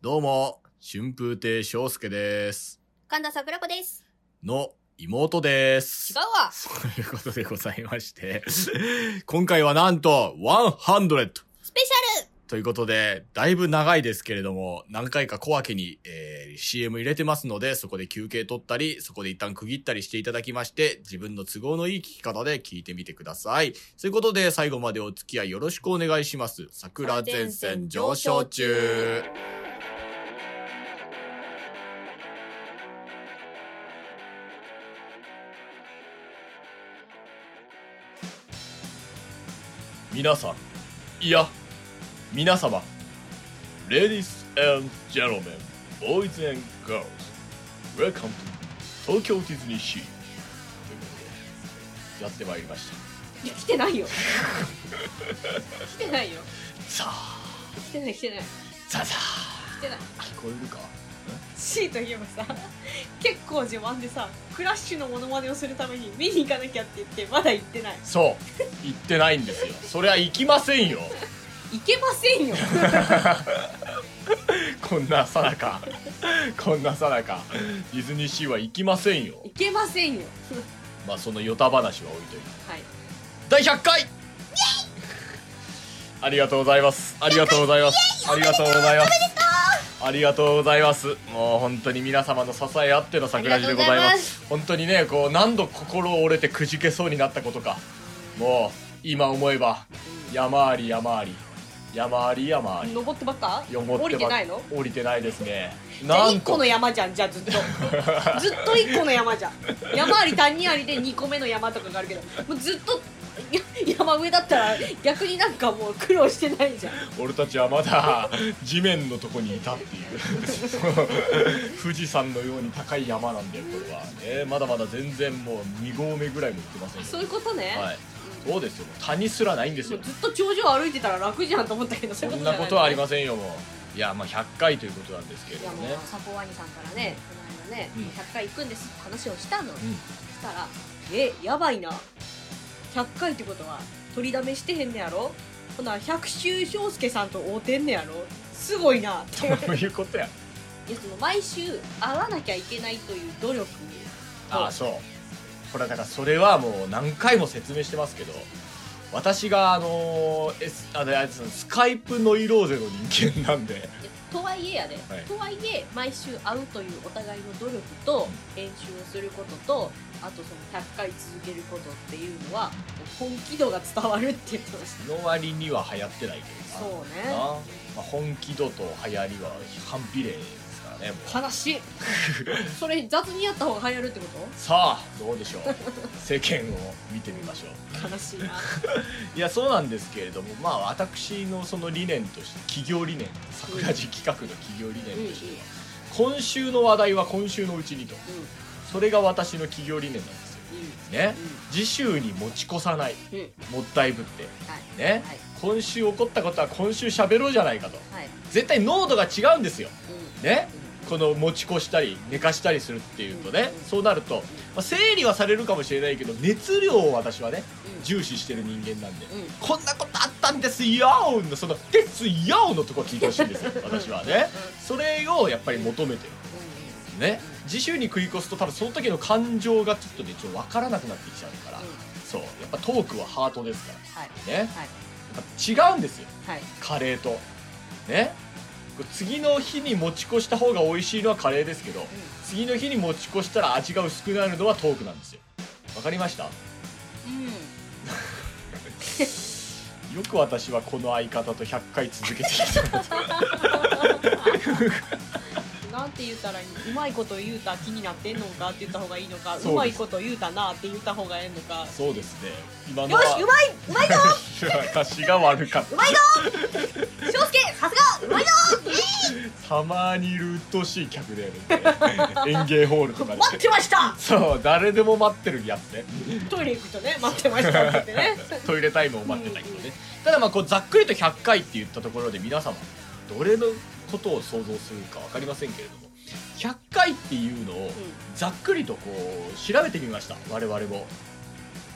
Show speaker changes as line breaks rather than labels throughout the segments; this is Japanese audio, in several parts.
どうも、春風亭昇介です。
神田桜子です。
の妹です。
違うわ。
ということでございまして、今回はなんと、100!
スペシャル
ということで、だいぶ長いですけれども、何回か小分けに、えー CM 入れてますので、そこで休憩取ったり、そこで一旦区切ったりしていただきまして、自分の都合のいい聞き方で聞いてみてください。ということで、最後までお付き合いよろしくお願いします。桜前線上昇中。皆さん、いや、皆様 Ladies and gentlemen, boys and girls Welcome to 東京ディズニーシーということでやってまいりました
いや、来てないよ。 来てないよ。
さあ
来てない、来てない。
さあさ
来てない。
あ聞こえるか
C といえばさ、結構自慢でさ、クラッシュのモノマネをするために見に行かなきゃって言って、まだ行ってない。
そう行ってないんですよそりゃ行きませんよ
行けませんよ。
こんなさなかこんなさなかディズニーシーは行きませんよ
行けませんよ。
まあそのヨタ話は置いといて
はい。
第100回ありがとうございますありがとうございますありがとうございますありがとうございますもう本当に皆様の支えあっての桜地でございます
ありがとうございます
本当にねこう何度心折れてくじけそうになったことかもう今思えば山あり山あり山あり山あり
登ってばっか
登ってば
降りてないの
降りてないですね
じゃあ
なん
1個
と
の山じゃん、じゃあ ずっと。ずっと1個の山じゃん。山あり谷ありで2個目の山とかがあるけど、もうずっとや山上だったら逆になんかもう苦労してないじゃん。
俺たちはまだ 地面のとこにいたっていう 富士山のように高い山なんだよこれは、ね、まだまだ全然もう2合目ぐらいも行ってませんよ
そういうことね。
はいそうですよ谷すらないんです
も
よ
うずっと頂上歩いてたら楽じゃんと思ったけど、そ
そ
うん
なことはありま
せ
せんよもういやまあ100回ということなんですけれ
い
ど
や
も
も
ね
う、サポワニさんからね、この間ね、
うん
100回行くんですって話をしたの。
うん
したら、え、やばいな。100回ってことは、取りだめしてへんねやろほな、百周章介さんと会うてんねやろすごいなって。
そう いうことや
いやその毎週会わなきゃいけないという努力
ああそうこれだからそれはもう何回も説明してますけど私があのー、S あのあれですスカイプノイローゼの人間なんで
いやとはいえやで、
はい
とはいえ毎週会うというお互いの努力と練習をすることとあとその100回続けることっていうのは本気度が伝わるって言ってました
の割には流行ってないけ
そ
ど
う
なな
ね
あまあ、本気度と流行りは反比例ですからねも う
悲 しいそれ雑にやった方が流行るってこ
さあどうでしょ う世間を見てみましょう
と悲しいな
いやそうなんですけれどもまあ私のその理念として企業理念桜地企画の企業理念としては、今週の話題は今週のうちにと
うん
それが私の企業理念なんですよ
う
ね
ん
次週に持ち越さない
うんうん
もったいぶって
はい
ね
はい
今週起こったことは今週喋ろうじゃないかと
はい
絶対濃度が違うんですよ
うん
ね
う
この持ち越したり寝かしたりするっていうとね
うん
そうなると、まあ整理はされるかもしれないけど熱量を私はね
んうん
重視してる人間なんで、
うん
こんなことあったんですよーのその「ですよー」のとこ聞いてほしいんですよ 私はねそれをやっぱり求めてるね次週に食い越すと多分その時の感情がちょっとねちょっと分からなくなってきちゃうから、
うんうん
そうやっぱトークはハートですか
はい
らねや
はい
っぱ違うんですよ
はい
カレーとねこう次の日に持ち越した方が美味しいのはカレーですけど、次の日に持ち越したら味が薄くなるのはトークなんですよわかりました
うんうん
よく私はこの相方と100回続けてき た
なんて言ったらいいうまいこと言うた気になってんのかって言った方がいいの
そう
かう
です
まいこと言うたなって言った方がええのかよし
そうですね今
う
のは
まいうまいぞ
私が悪かっ
うまいぞ 翔介さすがうまいぞ
たたまにいるうっとうしい客でやるん で園芸ホールとかで
待ってました
そう誰でも待ってるやつね
トイレ行くとね待ってましたって言って ね
トイレタイムを待ってたけどねただまあこうざっくりと100回って言ったところで皆様どれのことを想像するか分かりませんけれども100回っていうのをざっくりとこう調べてみました我々も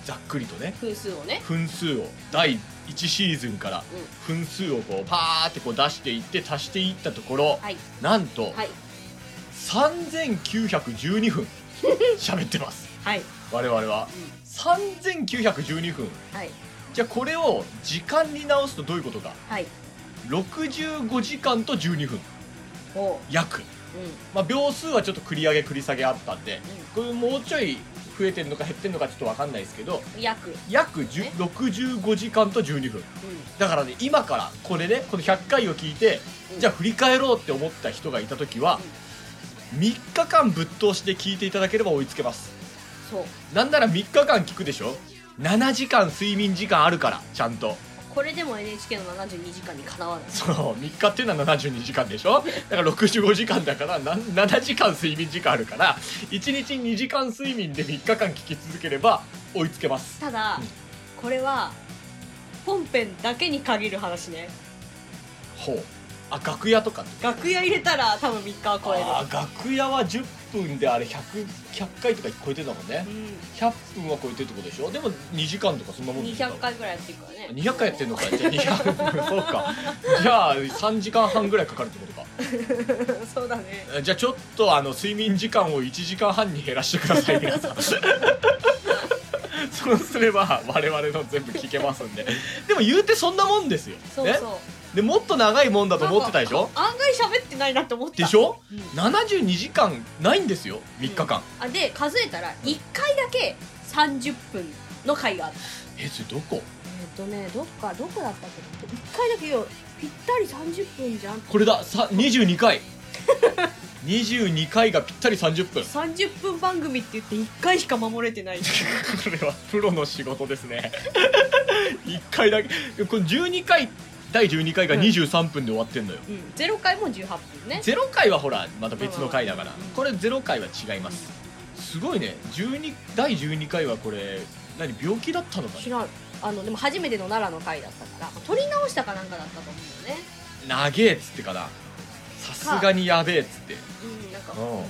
ざっくりとね
分数をね
分数を第1シーズンから分数をこうパーってこう出していって足していったところ
はい
なんと
はい
3912分喋ってます
はい、
我々は
う
3912分
ん、はい
じゃあこれを時間に直すとどういうことか
はい
65時間と12分
おう
約、
う
まあ、秒数はちょっと繰り上げ繰り下げあったんで
ん
これもうちょい増えてるのか減ってるのかちょっと分かんないですけど
うん約うん
約10 65時間と12分だからね今からこれねこの100回を聞いて
うん
じゃあ振り返ろうって思った人がいた時は3日間ぶっ通しで聞いていただければ追いつけます
そう
なんなら3日間聞くでしょ7時間睡眠時間あるからちゃんと
これでも NHK の72時間にかなわない
そう3日っていうのは72時間でしょだから65時間だからな7時間睡眠時間あるから1日2時間睡眠で3日間聞き続ければ追いつけます
ただ
うん
これは本編だけに限る話ね
ほうあ楽屋とか
楽屋入れたら多分3日は超え
あー楽屋は10分であれ 100, 100回とか超えてたもんね
る、
100分は超えてるってことでしょでも2時間とかそんな
う
も
ん、
ん
200回ぐらいやってるからね
200回やってんのかじゃあ200 そうかじゃあ3時間半ぐらいかかるってことか
そ うだね
じゃあちょっとあの睡眠時間を1時間半に減らしてください皆さんそうすれば我々の全部聞けますんで でも言うてそんなもんですよ
そう
ね
そう、
でもっと長いもんだと思ってたでしょ
案外喋ってないなって思った
でし、ょ
うん
72時間ないんですよ3日間、
あで数えたら1回だけ30分の回があった
えそれどこ
えっとねどっかどこだったっけ1回だけよぴったり30分じゃん
これださ22回 22回がぴったり30分こ
30分番組って言って1回しか守れてない
れはプロの仕事です ね1回だけこれ12回第12回が23分で終わってんの よ、
うん、0回も18分ね
ゼロ0回はほらまた別の回だから
うん
これ0回は違いますすごいね12第12回はこれ何病気だったのか
知らんあのでも初めての奈良の回だったから撮り直したかなんかだったと思うよね
な長えっつってかなさすがにやべえっつって
うんなんか
う
うんん、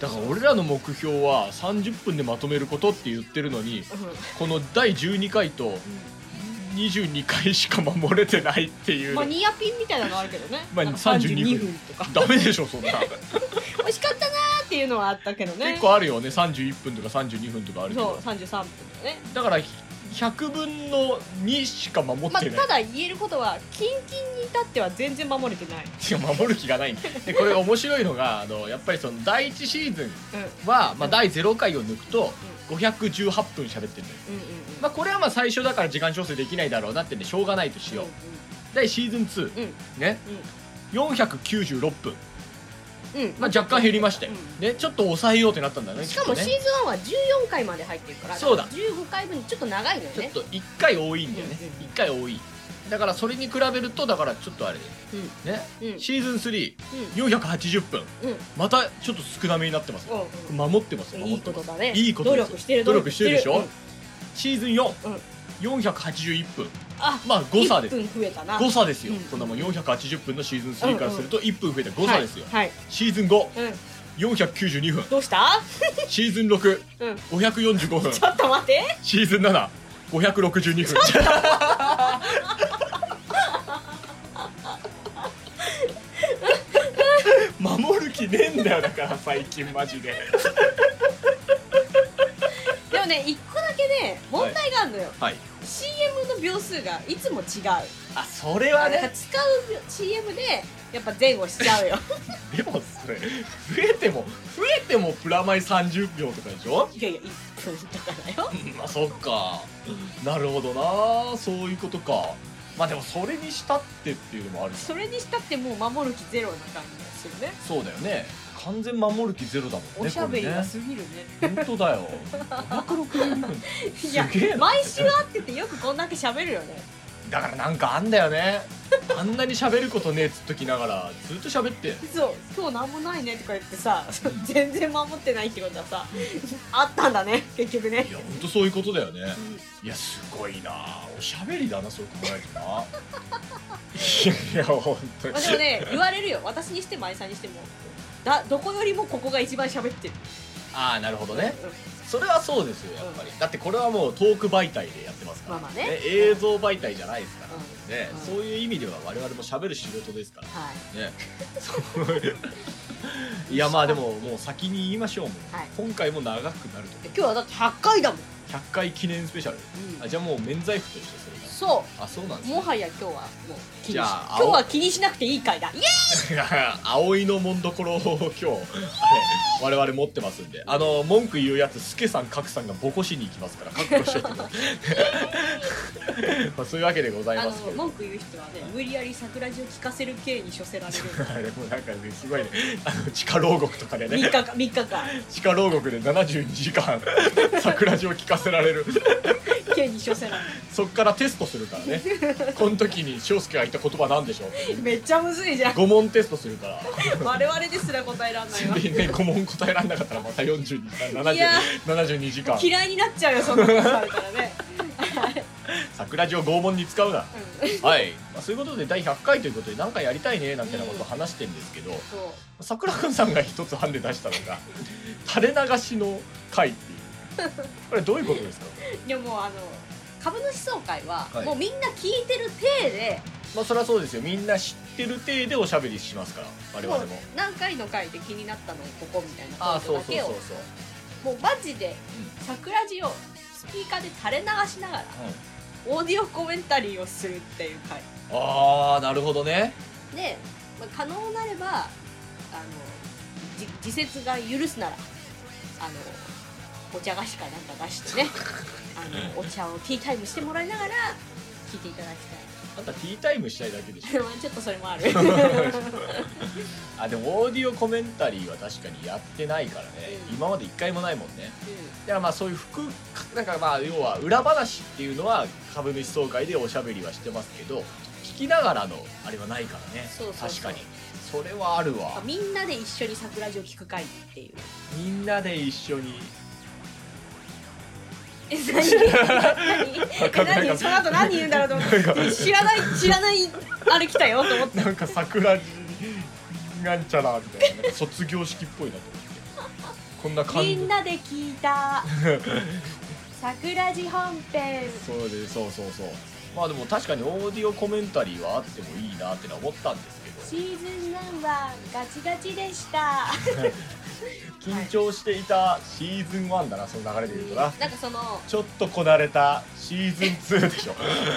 だから俺らの目標は30分でまとめることって言ってるのに
うん
この第12回と22回しか守れてないっていう、
まあニアピンみたいなのあるけどね、
まあ
なんか
32分
32分とか
ダメでしょそ んな、
惜しかったなーっていうのはあったけどね
結構あるよね31分とか32分とかあるけ
そう
ど
33分だね
だから100分の2しか守って
まあ、
ない、
ただ言えることはキンキンに至っては全然守れてない、
いや守る気がないでこれが面白いのがあのやっぱりその第1シーズン
うん、うん
は、まあ、第0回を抜くと518分喋ってるのよ
うんうん
まあこれはまあ最初だから時間調整できないだろうなってんでしょうがないとしよう第シーズン2、
うん
ね496分、
うんうん
まあ、若干減りましたよ、
う
ね、ちょっと抑えようってなったんだね
しかも
き
シ
っ
ー
と
ズ
ね
ン1は14回まで入ってるから
そうだ
15回分ちょっと長いのよ
ちょっ
ね
と1回多いんだよね、
うんうん
1回多いだからそれに比べるとだからちょっとあれね
うんうん
シーズン
う
3480分
んうん
またちょっと少なめになってます
うん
守ってます
うん
守
い
っ
い
て
こ
ま
と
す
だね
いいことです
努力してる
努力してるでしょ、
うん
シーズン
うん
4481分
あ
まあ誤差です
1分増えたな
誤差ですよ、
うん
こんなもん480分のシーズン3からすると1分増えて誤差ですよ、
はい、はい
シーズン5
うん、
492分
どうした、
シーズン6
うん、
545分
ちょっと待って
シーズン7562分 守る気ねえんだよだから最近マジで
でもね1個だけね問題があるのよ、
はい
CM の秒数がいつも違う
あそれは
なんか
ね
使う秒 CM でやっぱ前後しちゃうよ
でもそれ増えても増えてもプラマイ30秒とかでしょ
いやいや1分とかだよ
まあそっかなるほどなそういうことかまあでもそれにしたってっていうのもあるし
それにしたってもう守る気ゼロな感じですよね
そうだよね完全守る気ゼロだもんね
おしゃべりが
こ
過ぎるね
れね本当だよ560分
いや
すげえな
毎週会っててよくこんだけ喋るよね
だからなんかあんだよねあんなに喋ることねえっつっときながらずっと喋って
そう今日何もないねとか言ってさ全然守ってないってことはさあったんだね結局ね
いやほんとそういうことだよね
うん
いやすごいなおしゃべりだなそう考えるとないやほんとに
まあ、でもね言われるよ私にしても愛さんにしてもだどこよりもここが一番喋ってる
ああなるほどね
うん
それはそうですよやっぱり、だってこれはもうトーク媒体でやってますから、
まあまあね
映像媒体じゃないですから、
うん
ね
うん
そういう意味では我々も喋る仕事ですから
はい
ねそういやまあでももう先に言いましょうもう、
はい
今回も長くなる
今日はだって100回だもん、
と100回記念スペシャルあじゃあもう免罪符としてそれ
そ
があそうなんで
う
す
も
ね
はや今日はもう気にし
じゃあ
今日は気にしなくていい回だイエ
葵のもんどころを 今日はい我々持ってますんであの文句言うやつスケさんカクさんがボコしに行きますから覚悟しといて くださいまあそういうわけでござ
ーイ
い
あ
ますけ
の
ど
文句言う人はね無理やり桜地を聞かせる刑に処せら れる
あ れもなんかねすごいねあの地下牢獄とかで
3
ね
日か3日間
地下牢獄で72時間 桜地を聞かせられる
刑に処せられる
そっからテストするからねこの時に翔介が言った言葉なんでしょう
めっちゃむずいじゃん
5問テストするから
我々ですら答えらんないわ
でね、5問答えられなかったらまた42時間
いや
72時間
嫌いになっちゃうよそんなことされたら ね、
桜地を拷問に使うな
うん、
はい、まあ、そういうことで第100回ということで何かやりたいねなんてなことを話してんですけど
そう
桜くんさんが一つハンデ出したのが垂れ流しの回っていうこれどういうことですか、
でもあの株主総会は、
はい
もうみんな聞いてる体で
まあ、そりゃそうですよみんな知ってる体でおしゃべりしますから我々
も
も
う。何回の回で気になったのここみたいな
ああ
こ
そう
とだ
そう
け
そう
を
そう、
もうマジで桜地をスピーカーで垂れ流しながら
うん、
オーディオコメンタリーをするっていう回
ああなるほどね
で、まあ、可能なればあのじ自説が許すならあのお茶菓子かなんか出 してねあのお茶をティータイムしてもらいながら聞いていただき
あんたティータイムしたいだ けでしょ
たい まあちょっとそれもある
あでもオーディオコメンタリーは確かにやってないからね、
うん
今まで一回もないもんねだからまあそういう副なんかまあ要は裏話っていうのは株主総会でおしゃべりはしてますけど聞きながらのあれはないからね
そうそうそう
確かにそれはあるわ
みんなで一緒に桜地を聞く会っていう。
みんなで一緒に
え、何
かんない
何何その後何言うんだろうと思って
なんか
え知らない知らないあれ来たよと思って
なんか桜地なんちゃらみたいななんか卒業式っぽいなと思ってこんな感
み
じ
んなで聞いた桜地本編
そうでそうそうそうまあでも確かにオーディオコメンタリーはあってもいいなってのは思ったんですけど
シーズン1はガチガチでした
緊張していたシーズン1だなその流れで言うとな
なんかその
ちょっとこなれたシーズン2でしょ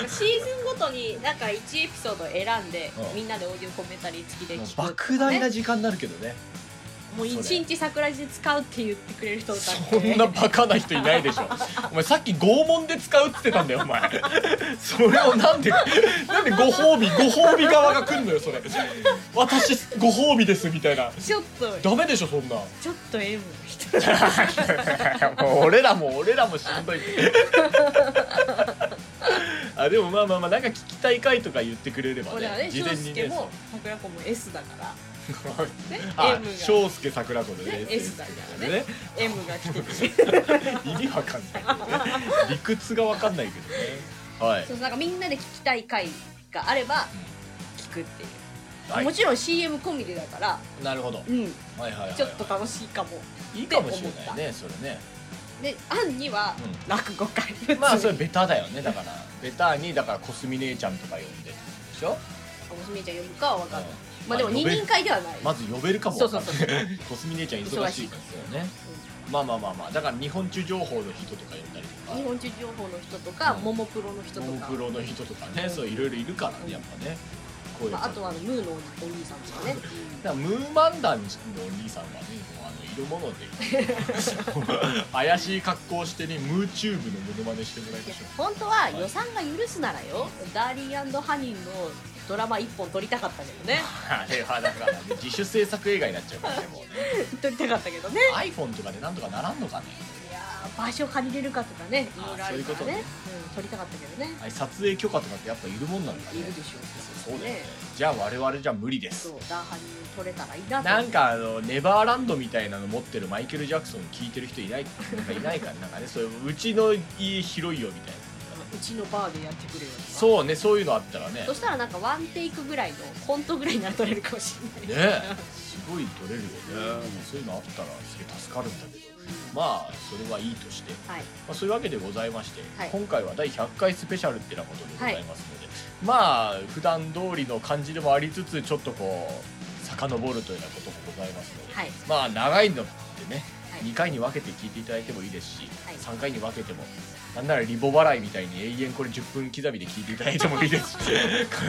シーズンごとになんか1エピソード選んで
うん
みんなでオーディオコメンタリー付きで
もう
聞く
莫大な時間になるけどね
もう一日桜地で使うって言ってくれる人だ
そ
っ
ん
て
なバカな人いないでしょお前さっき拷問で使うっつってたんだよお 前それをなんでなんでご褒美ご褒美側が来んのよそれ私ご褒美ですみたいな
ちょっと
ダメでしょそんな
ちょっと M の人
もう俺らも俺らもしんどいって あでもまあまあまあなんか聞きたい回とか言ってくれれば
俺は
ね
ね
事
翔
前に
介
ね
も桜子も S だから
そう
ね
あ
M が
翔介桜子でね
ね S だからね M が来て て
意味わかんないけどね理屈がわかんないけどねはい
そうなんかみんなで聞きたい回があれば聞くっていう、
はい
もちろん CM 込みでだから
なるほどは
うん
いはいはい
ちょっと楽しいかも
いいかもしれないねそれね
でアンには
う
落語会
まあそれ
れ
ベタだよねだからベタにだからコスミ姉ちゃんとか呼んででしょ
娘ちゃん呼ぶかは分かんない、
うん
まあでも
まあ
二人会ではない、
まず呼べるかもわかんない
そうそう
コスミ姉ちゃん忙しいからねまあまあまあまあだから日本中情報の人とか呼んだりとか
日本中情報の人とか、
うん
ももプロの人と
モン
か
プロの人とかね
うん
そういろいろいるからねやっぱねこういう
ま
の
あ、あとはあのムーのお兄さんとかね、
だからムーマンダンのお兄さんはねもうあの色物で 怪しい格好をしてねムーチューブのモノマネしてもらい
い
ま
や
し
本当は予算が許すならよ、ダーリンハニーのドラマ1本撮りたかった けどね
ょうあれはだから、ね、自主制作映画になっちゃうからねもうね
撮りたかったけどね
iPhone とかでなんとかならんのかね
いやー場所借りれるかとかねいろいろあるか
あそう
ら
い
ね
う
うん、撮りたかったけどね
あれ撮影許可とかってやっぱいるもんなんだ
い
ね
るでしょ
そうだよねじゃあ我々じゃ無理で
そ
す
うダーハニー撮れたらいいなと
なんかあのネバーランドみたいなの持ってるマイケル・ジャクソン聞いてる人いないなんかいないからなんかねそういううちの家広いよみたいな
うちのバーでやってくれよとか
そうねそういうのあったらね
そしたらなんかワンテイクぐらいのコントぐらいなら撮れるかもしれ ない
ねすごい取れるよねもうそういうのあったらすげえ助かるんだけどまあそれはいいとして、ま
はい
あ、そういうわけでございまして、
はい
今回は第100回スペシャルってなことでございますので、まあ普段通りの感じでもありつつちょっとこう遡るというようなこともございますので、
はい
まあ長いのってね
はい
2回に分けて聞いていただいてもいいですし、
はい
3回に分けてもなんならリボ払いみたいに永遠これ10分刻みで聞いていただいてもいいですし こ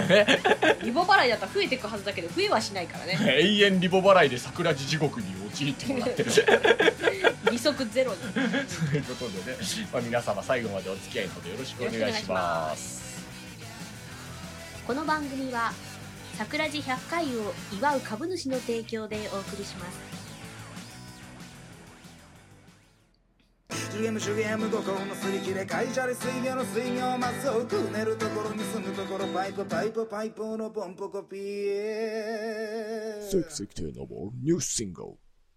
れね
リボ払いだったら増えていくはずだけど増えはしないからね
永遠リボ払いで桜地地獄に陥ってもらってるという
利息ゼ ロに
ことでね、まあ、皆様最後までお付き合いのほどよろしくお願いします
この番組は桜地100回を祝う株主の提供でお送りします
10 m 10 m 5校のすり切れ会社で水魚の水魚マスをくねるところに住むところパイプパイプパイプのポンポコピエ
Sexy Noble new single,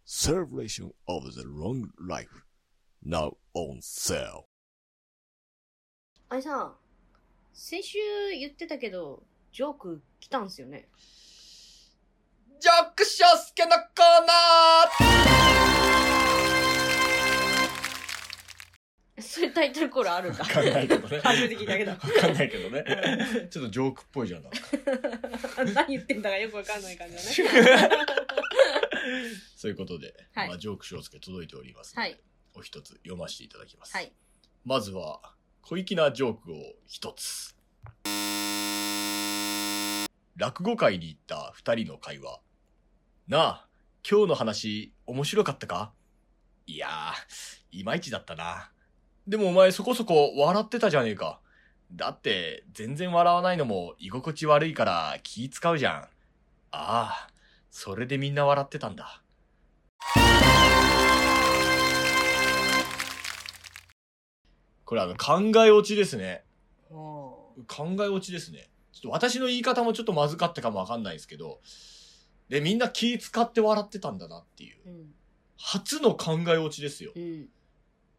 Celebration of the Long Life, now on sale.
あれさん先週言ってたけどジョーク来たんすよね
ジョークショウスケのコーナー
そういうタイトルコールあるんだ
わかんないけどね
初めて聞いたけど
わかんないけどね ちょっとジョークっぽいじゃんなんか
何言ってんだかよくわかんない感じだね
そういうことで、
はい
まあ、ジョークショウスケ届いておりますの
は
で、
い
お一つ読ませていただきます、
はい
まずは小粋なジョークを一つ落語会に行った二人の会話なあ今日の話面白かったかいやーいまいちだったなでもお前そこそこ笑ってたじゃねえかだって全然笑わないのも居心地悪いから気使うじゃんああそれでみんな笑ってたんだこれあの考え落ちですね
お
考え落ちですね。ちょっと私の言い方もちょっとまずかったかもわかんないですけど、で、みんな気使って笑ってたんだなっていう。
ーうん
初の考え落ちですよ
う。ん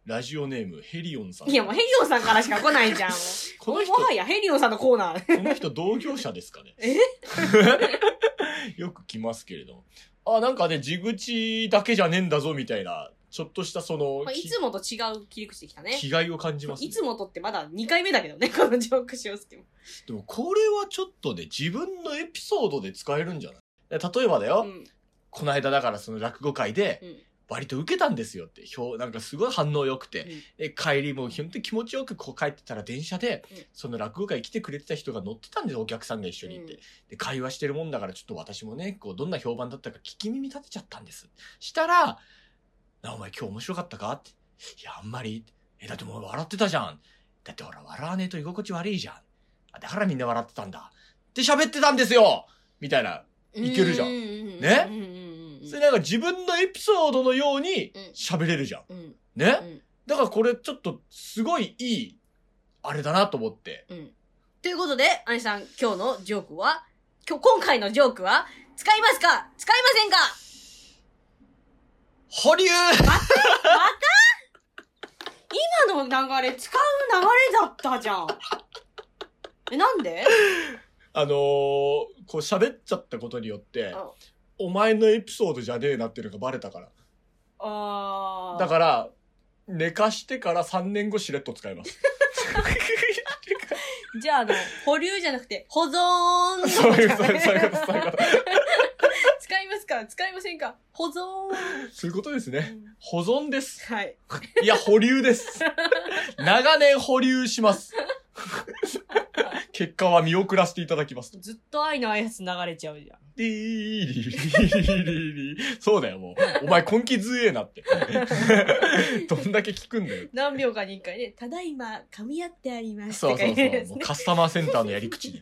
ラジオネーム、ヘリオンさん。
いやもうヘリオさんからしか来ないじゃんも
この
う
人、
もは
こ
やヘリオさんのコーナー
の人同業者ですかね。
え
よく来ますけれども。あ、なんかね、地口だけじゃねえんだぞ、みたいな、ちょっとしたその、
まあいつもと違う切り口できたね
き 気概を感じます、ね
い。つもとってまだ2回目だけどね、こ のジョークしようすけも。
でも、これはちょっとね、自分のエピソードで使えるんじゃない例えばだよ、
うん。
この間だからその落語会で、
うん。
割と受けたんですよって、表、なんかすごい反応良くて、で帰りも本当に気持ちよくこう帰ってたら電車で、
うん
その落語会来てくれてた人が乗ってたんですよ、お客さんが一緒に行って。
うん
で、会話してるもんだからちょっと私もね、こう、どんな評判だったか聞き耳立てちゃったんです。したら、なあ、お前今日面白かったかって。いや、あんまり。え、だってもう笑ってたじゃん。だってほら、笑わねえと居心地悪いじゃん。あだからみんな笑ってたんだ。って喋ってたんですよみたいな。いけるじゃん
ね
ね
うんうんうん
それなんか自分のエピソードのように
うん
喋れるじゃん。
うん。うん。
ね、だからこれちょっとすごいいい、あれだなと思って。
うん。うん。ということで、アニさん、今日のジョークは、今日、今回のジョークは、使いますか使いませんか
保留
今の流れ、使う流れだったじゃん。 え、なんで
あのー、こう喋っちゃったことによって
あ、
お前のエピソードじゃねえなっていうのがバレたから。
あー。
だから、寝かしてから3年後しれっと使います。
じゃあ、あの、保留じゃなくて、保存
そういう、そういうそういうこと、そういうこと。
使いますか使いませんか保存
そういうことですね。保存です。
はい。
いや、保留です。長年保留します。結果は見送らせていただきます。
ずっと愛のあやつ流れちゃうじゃん。
リーリリリリリそうだよ、もう。お前根気強えなって。どんだけ聞くんだよ。
何秒かに一回ね、ただいま噛み合ってあります
そう
とか
そう
言
そう。
やつ
もう
ね。
カスタマーセンターのやり 口に。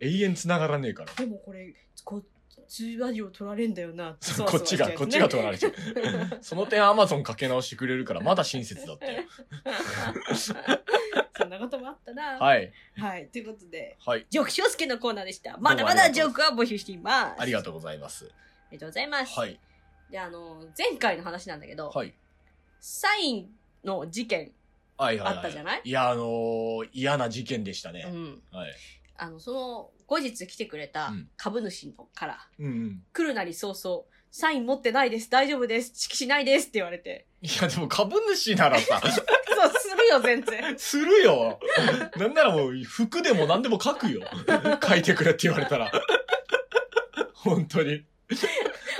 永遠繋がらねえから。
でもこれ、こ通話料取られんだよな。
そう こっちが、こっちが取られちゃう。その点 Amazon かけ直してくれるから、まだ親切だったよ。
ゃう。 そんなこともあったな。は
はい。
い。ということで、
はい。
ジョークしょうすけのコーナーでした。まだ
どうもあ
ま
りがと
だ
う
ジョークは募集しています。
ありが
とう。
とうございます。
ありがとうございます。
はい。
で、あの、前回の話なんだけど、
はい。
サインの事件、
はいはい、はい。
あったじゃない
いや、あのー嫌な事件でした
う
ね。
ん。
はい。
あの、その、後日来てくれた
うん
株主のから、
うんうん。
来るなり早々、サイン持ってないです、大丈夫です、色紙ないですって言われて。
いや、でも株主ならさ、
そう、するよ、全然。
するよ。なんならもう、服でも何でも書くよ。 書いてくれって言われたら。本当に。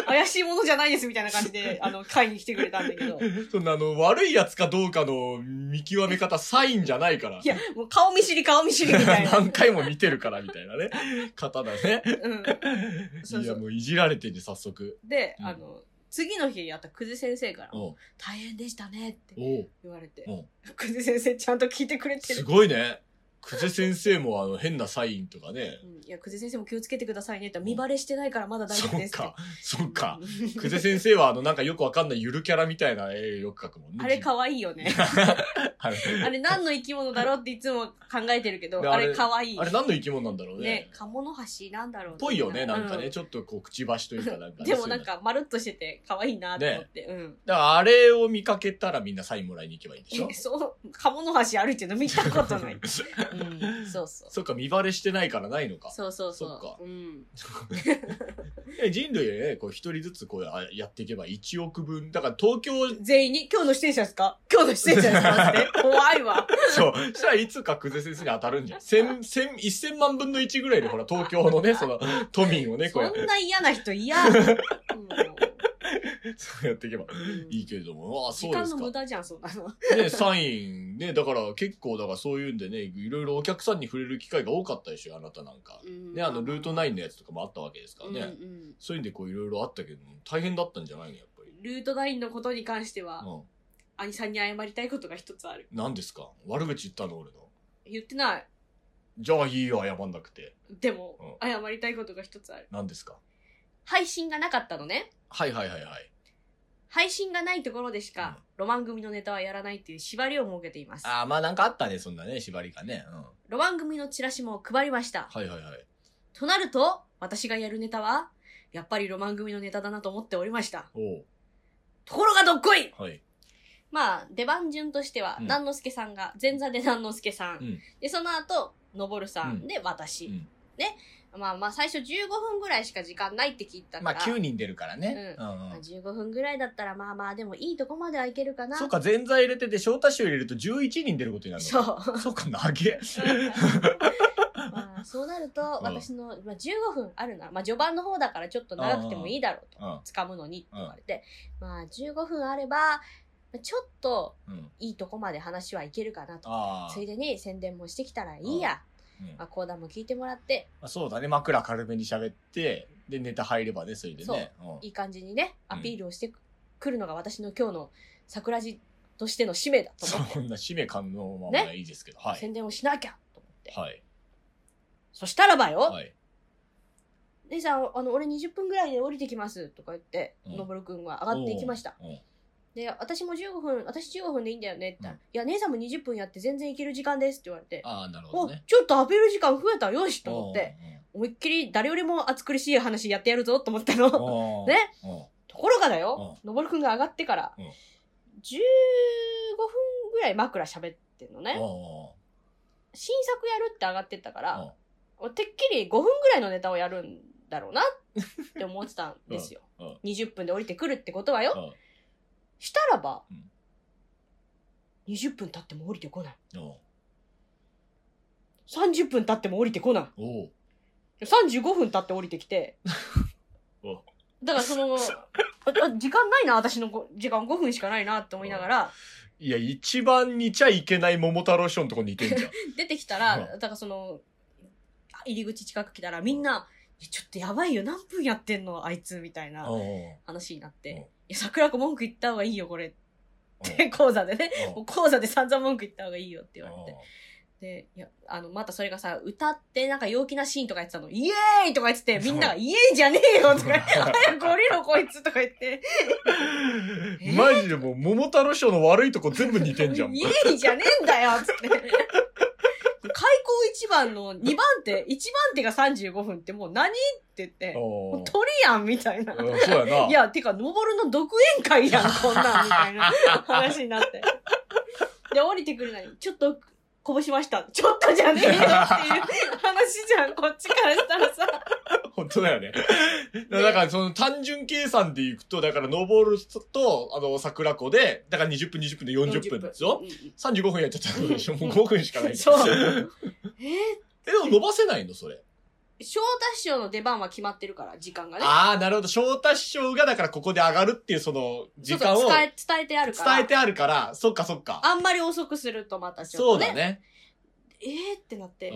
怪しいものじゃないです、みたいな感じで、あの、会に来てくれたんだけど。
そんなあの、悪いやつかどうかの見極め方、サインじゃないから
い。や、もう顔見知り、顔見知りみたいな。
何回も見てるから、みたいなね。方だね。
うん。そうそう
いや、もういじられてんで、早速。
で、
うん
あの、次の日やった久慈先生から、
おう
大変でしたねって
おう
言われて
おう、
久慈先生ちゃんと聞いてくれて
す
る。
ごいね。久世先生もあの、変なサインとかね。
うんいや、久慈先生も気をつけてくださいねって、見バレしてないからまだ大丈
そ
夫で
っ
すって
か。、そっ か。
うん
久世先生はあの、なんかよくわかんないゆるキャラみたいな絵よく描くもんね。
あれ可愛い よね。
あれ
あれ何の生き物だろうっていつも考えてるけど、
ね
あ
あれ
れ可愛い。
あれ何の生き物なんだろうね。
ね、カモノハシなんだろうっ
ぽいよね、なんかね、
う
ちょっとこう、くちばしというかなんか、ね。
でもな
そういう
ん
の。
か、まるっとしてて、可愛いなと思って。うん。
だからあれを見かけたらみんなサインもらいに行けばいいんでしょ
えそう、カモノハシ歩いてるの見たこ とない。うん、そうそう。
そっか、見バレしてないからないのか。
そうそうそう。
そっか
うん。
え人類でね、こう、一人ずつこうあやっていけば1億分。だから東京、
全員に、今日の出演者ですか今日の出演者ですか って。怖いわ。
そう、したらいつか久世先生に当たるんじゃん。千、千、一千万分の1ぐらいで、ほら、東京のね、その、都民をね、こ
そう
やって
んな嫌な 人嫌。うん
そうやっていけばいいけれども。ああ、
時
そうで
間
す
の
か
無。駄じゃん、そんなの。
ね、サイン、ね、だから結構、だからそういうんでね、いろいろお客さんに触れる機会が多かったでしょ、あなたなんか。ね、あの、ルート9のやつとかもあったわけですからね。
うんうん
そういうんで、こう、いろいろあったけど、大変だったんじゃないの、やっぱり。
ルート9のことに関しては、
う
兄さんに謝りたいことが一つある。
ん。何ですか悪口言ったの、俺の。
言ってない。
じゃあいいよ、謝んなくて。
でも、謝りたいことが一つある。
何ですか
配信がなかったのね。
はいはいはいはい。
配信がないところでしか
うん、
ロマン組のネタはやらないっていう縛りを設けています。
ああ、まあなんかあったね、そんなね、縛りがね。うん。
ロマン組のチラシも配りました。
はいはいはい。
となると、私がやるネタは、やっぱりロマン組のネタだなと思っておりました。
おう
ところがどっこい
はい。
まあ、出番順としては、
うん
南之助さんが、前座で南之助さん。
うん
で、その後、のぼるさん、
うん
で、私。
うん
ね。まあまあ、最初15分ぐらいしか時間ないって聞いた
ま
か
あ
ら。
9人出るからね。
う
うん
ま
う
あ
ん。
15分ぐらいだったら、まあまあ、でもいいとこまではいけるかな。
そうか、前座入れてて、小太子を入れると11人出ることになるの
そ
か。
う。
そうか、投げ。
まあ、そうなると、
ん
私の、まあ、15分あるな。まあ、序盤の方だからちょっと長くてもいいだろうと。
うん。
掴むのにって言われて。まあ、15分あれば、ちょっと
うん。
いいとこまで話はいけるかなと。
ああ
つい。でに宣伝もしてきたらいいや。
うん
まあ、講談も聞いてもらって、
まあそうだね、枕軽めに喋って、で、ネタ入ればね、それでね。うん
いい感じにね、
うん
アピールをしてくるのが私の今日の桜地としての使命だと思って、
そんな使命感のままいいですけど、はい。
宣伝をしなきゃと思って。
はい。
そしたらばよ、
はい。
姉さん、あの、俺20分ぐらいで降りてきますとか言って、
うん
のぼるくんは上がっていきました。
おう。おう
で、私も15分、私15分でいいんだよねって言ったら、
うん
いや、姉さんも20分やって全然いける時間ですって言われて、
ああ、なるほ
お、
どね。
ちょっとアピール時間増えたよしと思って、
お
思いっきり誰よりも暑苦しい話やってやるぞと思ったの。
う。おうおう
ね
おう
ところがだよ、のぼるくんが上がってから、
うん
15分ぐらい枕喋ってんのね。
おう
新作やるって上がってったか
うん。
ら、てっきり5分ぐらいのネタをやるんだろうなって思ってたんですよ
うんうん
20分で降りてくるってことは
お
よ。
う
したらば、
うん
20分経っても降りてこない。
おう
30分経っても降りてこない。
おう
35分経って降りてきて
お。
だからそ の、ああ時間ないな、私のご時間5分しかないなって思いながら、
いや、一番似ちゃいけない桃太郎師匠のとこにいてんじゃん。
出てきた
うん
ら、だからその、入り口近く来たらみんな、いやちょっとやばいよ、何分やってん の、あいつ、みたいな
おうおう
話になっ
うん
て。いや、桜子文句言った方がいいよ、これ。
おう
って講座でね。
お
も
う
う講座で散々文句言った方がいいよって言わ
お
れ
う
て。で、いや、あの、またそれがさ、歌ってなんか陽気なシーンとかやってたの、イエーイとか言ってて、みんながイエーイじゃねえよとか言って、早く降りろこいつとか言って、えー
マジでもう、桃太郎師匠の悪いとこ全部似てんじゃん。
イエーイじゃねえんだよつって。開口一番の2番手、1番手が35分ってもう何って言って、
おう
もう鳥やんみたいな。
うんそうやな。
いや、てか、登るの独演会やん、こんなん、みたいな話になって。で、降りてくるなり、ちょっと、こぼしました。ちょっとじゃねえよっていう話じゃん、こっちからしたらさ。
本当だ よね。だだから、その単純計算でいくと、だから、登ると、あの、桜子で、だから20分、20分で40分でしょ
うんう
35分やっちゃったでし ょもう5分しかない
ん。そう。え
え、でも伸ばせないのそれ。
ー、小太師匠の出番は決まってるから、時間がね。
ああ、なるほど。翔太師匠が、だからここで上がるっていう、その、時間を
そうそう伝
伝
え、伝えてあるから。
えてあるから、そっかそっか。
あんまり遅くするとまたち
そ
ょっ
う
とね。
だね。
えーってなって。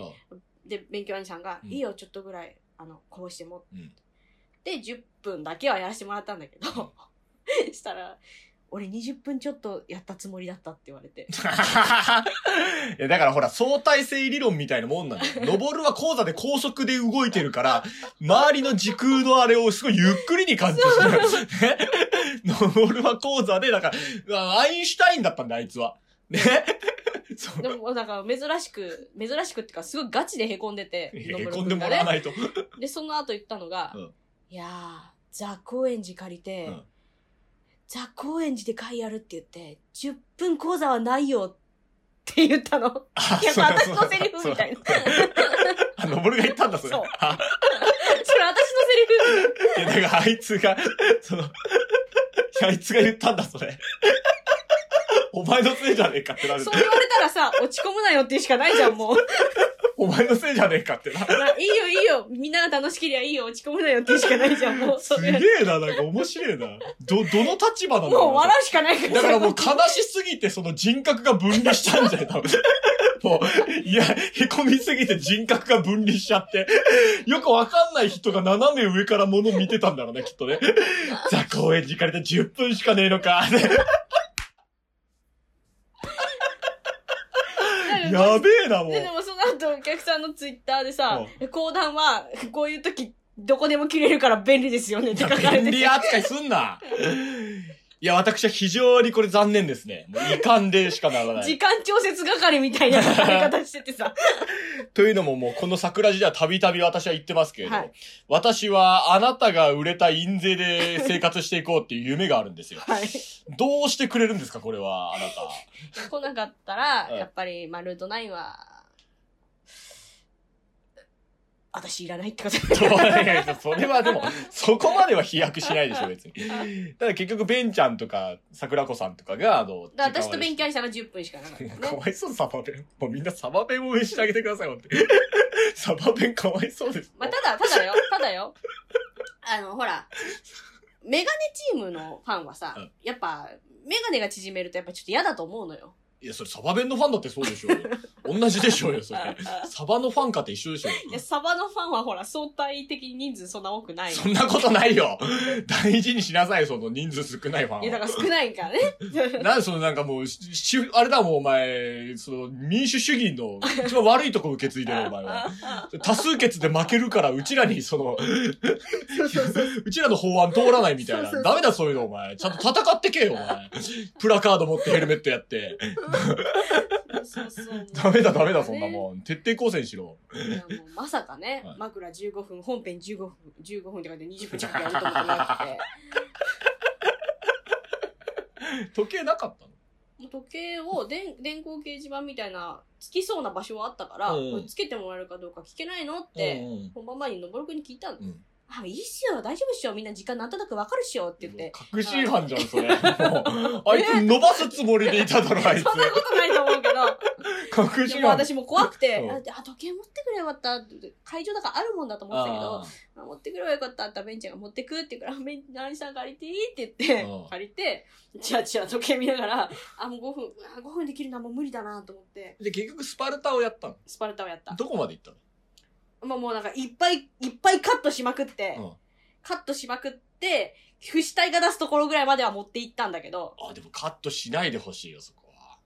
で、勉強兄さんが、
うん
いいよ、ちょっとぐらい、あの、こうしても。
うん
で、10分だけはやらせてもらったんだけ
うん
ど、 したら、俺20分ちょっとやったつもりだったって言われ て。
いやだからほら、相対性理論みたいなもんなんだよ。登るは講座で高速で動いてるから、周りの時空のあれをすごいゆっくりに感じてる。ね登るは講座で、だから、アインシュタインだったんだ、あいつは。ね。そう
でも、なんか、珍しく、珍しくっていうか、すごいガチで凹んでて、
へこんでもらわ
い。
ないと。
で、その後言ったのが、
うん
いやー、ザ・高円寺借りて、
うん
ザ・高円寺で会やるって言って、10分講座はないよって言ったの。
あ
いや、
そうだ
私
そうだ
のセリフみたいな。
あ、登るが言ったんだ、それ。
そう
あ
それ私のセリフ。
いや、だからあいつが、その、いやあいつが言ったんだ、それ。お前のせいじゃねえかってなる
そう。言われたらさ、落ち込むなよっていうしかないじゃん、もう。
お前のせいじゃねえかってな。
いいよ、いいよ。みんなが楽しけりゃいいよ。落ち込むなよっていうしかないじゃん、も う。
すげえな、なんか面白いな。ど、どの立場なの
もう笑うしかないから。
だからもう悲しすぎてその人格が分離しちゃうんじゃない多分。もう、いや、凹みすぎて人格が分離しちゃって、よくわかんない人が斜め上から物見てたんだろうね、きっとね。ザ・公園時間で10分しかねえのか。
だから
やべえな、もう
で。でもその後、お客さんのツイッターでさ
う、
講談は、こういう時、どこでも切れるから便利ですよねって書かれ
便
て
利
て。
扱いすんな。いや、私は非常にこれ残念ですね。もう遺憾でしかならない
時。間調節係みたいな書かれ方して てさ。
というのももうこの桜時代はたびたび私は言ってますけれど、
はい
私はあなたが売れた印税で生活していこうっていう夢があるん ですよ。
はい。
どうしてくれるんですかこれは、あなた。
来なかったら、
うん
やっぱり、まあ、ルート9は、私いらないってこと
どういやいやそれは でも、そこまでは飛躍しないでしょ、別に。ただ結局、ベンちゃんとか、桜子さんとかが、あの、
だから私と勉
強
強したら10分しかな かったね。
かわいそう、サバ弁。もうみんなサバ弁を応援してあげてください、ほんとに サバ弁かわいそうです。
まあ、ただ、た だよ、ただよ。あの、ほら、メガネチームのファンはさ、
うん
やっぱ、メガネが縮めるとやっぱちょっと嫌だと思うのよ。
いや、それサバ弁のファンだってそうでしょうよ。同じでしょうよ、それ。サバのファンかって一緒でしょうよ。
いや、サバのファンはほら、相対的に人数そんな多くないの。
そんなことないよ。 大事にしなさい、その人数少ないファン
いや、だ
は。
から少ないからね。
なんでそのなんかもう、ししあれだもん、お前、その民主主義の一番悪いとこ受け継いで る、お前は。多数決で負けるから、うちらにその、 うちらの法案通らないみたいな。ダメだ、そういうの、お前。ちゃんと戦ってけよ、お前。プラカード持ってヘルメットやって。
そうそう。
ダメだ、ダメだ、そんなもん。徹底抗戦しろ。
いやもうまさかね、
はい
枕15分、本編15分、15分っ て書いて20分ちゃんとやると思ってなくて。
時計なかったの
もう時計を電 電光掲示板みたいなつきそうな場所はあったから、
うん
これつけてもらえるかどうか聞けないのって、
うん
本番前にのぼるくんに聞いたの、
うん
あいいっすよ大丈夫っしょみんな時間なんとなくわかるっしょって言って
確信犯じゃん、それ。もうあいつ伸ばすつもりでいただろ、あいつ
そ。んなことないと 思うけど
確
で
信
も
犯。
私もう怖くて、
うん
あであ時計持ってくればよかったって会場だからあるもんだと思ってたけど
あ
あ持ってくればよかったってベンちゃんが持ってくって言うからあベン何さん借りていいって言って
うん
借りてチラチラ時計見ながらあもう5分あ5分できるのはもう無理だなと思って
ーで、結局スパルタをやったの。
スパルタをやった
どこまで行ったの
まあもうなんかいっぱいいっぱいカットしまくって、
うん
カットしまくって、不死体が出すところぐらいまでは持っていったんだけど、
あ、でもカットしないでほしいよ、そこは。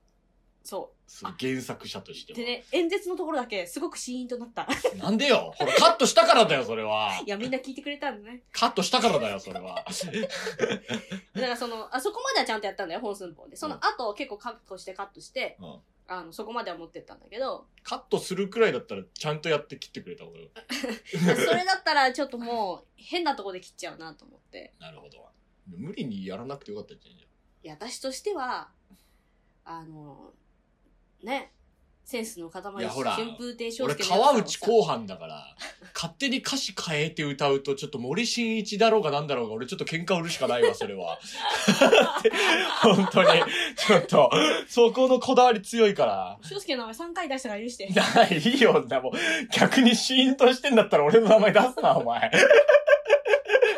そ
その原作者として
う。
は。
でね、演説のところだけすごくシーンとなった。
なんでよほら、カットしたからだよ、それは。
いや、みんな聞いてくれたんだね。
カットしたからだよ、それは。
だからその、あそこまではちゃんとやったんだよ、本寸法で。その後、結構カットしてカットして、
うん
あの、そこまでは持ってったんだけど、
カットするくらいだったら、ちゃんとやって切ってくれた方がよかっ
いやそれだったらちょっともう、変なとこで切っちゃうなと思って。
た。なるほど。無理にやらなくてよかったんじゃんじゃ
いや、私としては、あの、ね、センスの塊、
いやほら
春風亭昇
俺、
介
川内
こ
後半だから、勝手に歌詞変えて歌うと、ちょっと森進一だろうがなんだろうが、俺ちょっと喧嘩売るしかないわ、それは。本当に。ちょっと、そこのこだわり強いから。
う。昇介の名前3回出したから許して。
ないいよ、な、もう。逆にシーンとしてんだったら俺の名前出すな、お前。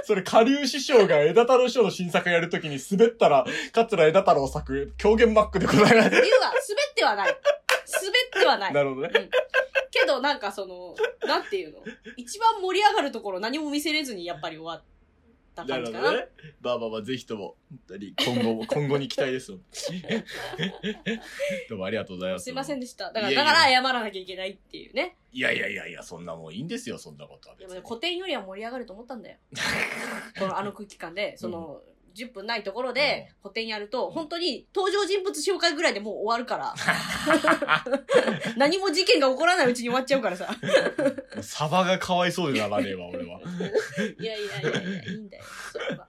それ、下流師匠が枝太郎師匠の新作やるときに滑ったら、桂枝太郎作、狂言マックでございます。
言うわ、滑ってはない。滑ってはない。
なるほどね。
うんけどなんかその、なんていうの一番盛り上がるところ何も見せれずにやっぱり終わった
な
感
る
じ
ほ
か
ど
な。
ね。まあまあまあ、ぜひとも、本当に今後も、今後に期待 です。どうもありがとうございます。
すいません。でした。だか
い
ら、
や
だ
いや
から謝らなきゃいけないっていうね。
いやいやいやいや、そんなもんいいんですよ、そんなことは
で
別
も
に
ね、。古典よりは盛り上がると思ったんだよ。 このあの空気感で、その、10分ないところで古典やると、本当に登場人物紹介ぐらいでもう終わる から。何も事件が起こらないうちに終わっちゃうからさ。
サバがかわいそうでならねえわ、俺 は。
いやいやいやいや、いいんだよ。それは。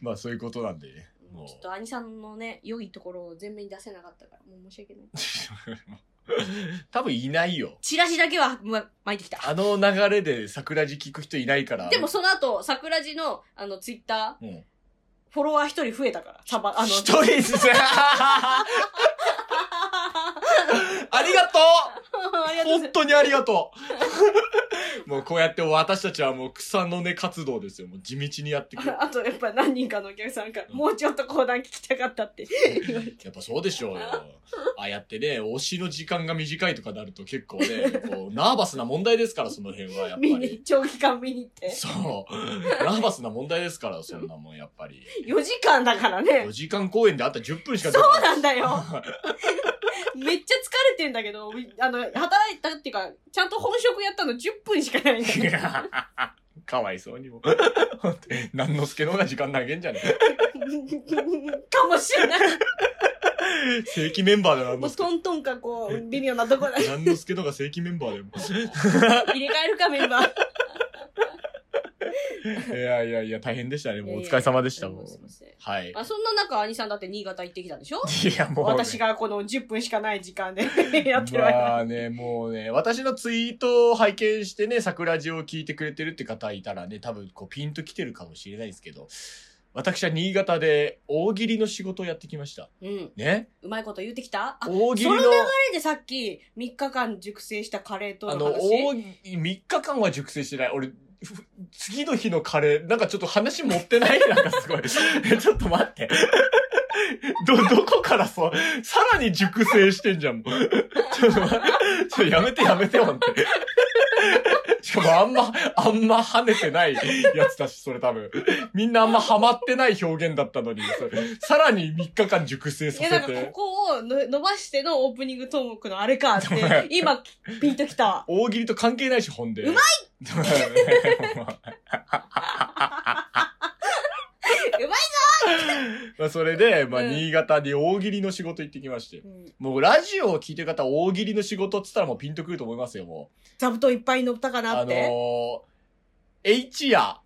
まあ、そういうことなんでね。も
ちょっ
う
と兄さんのね、良いところを前面に出せなかったから、もう申し訳ない。
多分いないよ。
チラシだけは、ま、巻いてきた。
あの流れで桜地聞く人いないから。
でも、その後、桜地の、あの、ツイッター、
うん
フォロワー一人増えたから、サバ、あの、
一 人ずつ。ありがと
あり
う
がとうござい
本当にありがとう もうこうやって私たちはもう草の根活動ですよ。もう地道にやっていく。
ます。あと、やっぱ何人かのお客さんから、もうちょっと講談聞きたかったって言われて。
やっぱそうでし ょうよ。ああやってね、推しの時間が短いとかなると結構ね、こう、ナーバスな問題ですから、その辺はやっ
見
ぱ
に、
り。
長期間見に行って。
そう。ナーバスな問題ですから、そんなもん、やっぱり。
4時間だから
4
ね。
時間公演であったら10分しか出
そ
ないう
なんだ よ。めっちゃ疲れてんだけど、あの、働いたっていうか、ちゃんと本職やったの10分しかないんだよ。
いや かわいそうにも。なんのすけの方が時間投げんじゃね
かもしれない。
え。正規メンバーだよ、
も
なんの
う
すけ。
トントンかこう、微妙なとこ だ。
なんのすけの方が正規メンバーだよ。も
入れ替えるかメンバー。
ういやいやいや、大変でしたね。もうお疲れ様でした、もう
すい。ません
はい。
あそんな中、兄さんだって新潟行ってき たでしょ
いや、もうね、
私がこの10分しかない時間で やってる
ま
わ
あね、もうね、私のツイートを拝見してね、桜地を聞いてくれてるって方いたらね、多分こうピンと来てるかもしれないですけど、私は新潟で大喜利の仕事をやってきました。
け。うん。
ね
うまいこと言うてきたあ、
大喜利の
そ、彼でさっき3日間熟成したカレーと
あ
の
の、
話。
大喜利、3日間は熟成してない。俺、ふ次の日のカレー、なんかちょっと話持ってないなんかすごい。え ちょっと待って。 ど、どこからそう、さらに熟成してんじゃん、もう。ちょっと待って、ちょっとやめてやめてよ、ほんとにしかもあんま、あんま跳ねてないやつだし、それ多分。みんなあんまハマってない表現だったのに、それさらに3日間熟成
い
さ
や、
せ
なんかこ
て。
こをの伸ばしてのオープニングトークのあれかっ
ごめ
て
ん、
今、ピンとき たわ。
大喜利と関係ないし、ほんで。
うま
い
うまい
まあ、それで、まあ、
うん
新潟に大喜利の仕事行ってきまして。
うん
もう、ラジオを聞いてる方、大喜利の仕事って言ったらもうピンとくると思いますよ、も
座布団いっぱい乗ったか
う。
な
あ
っ
の
て。
ー、H や、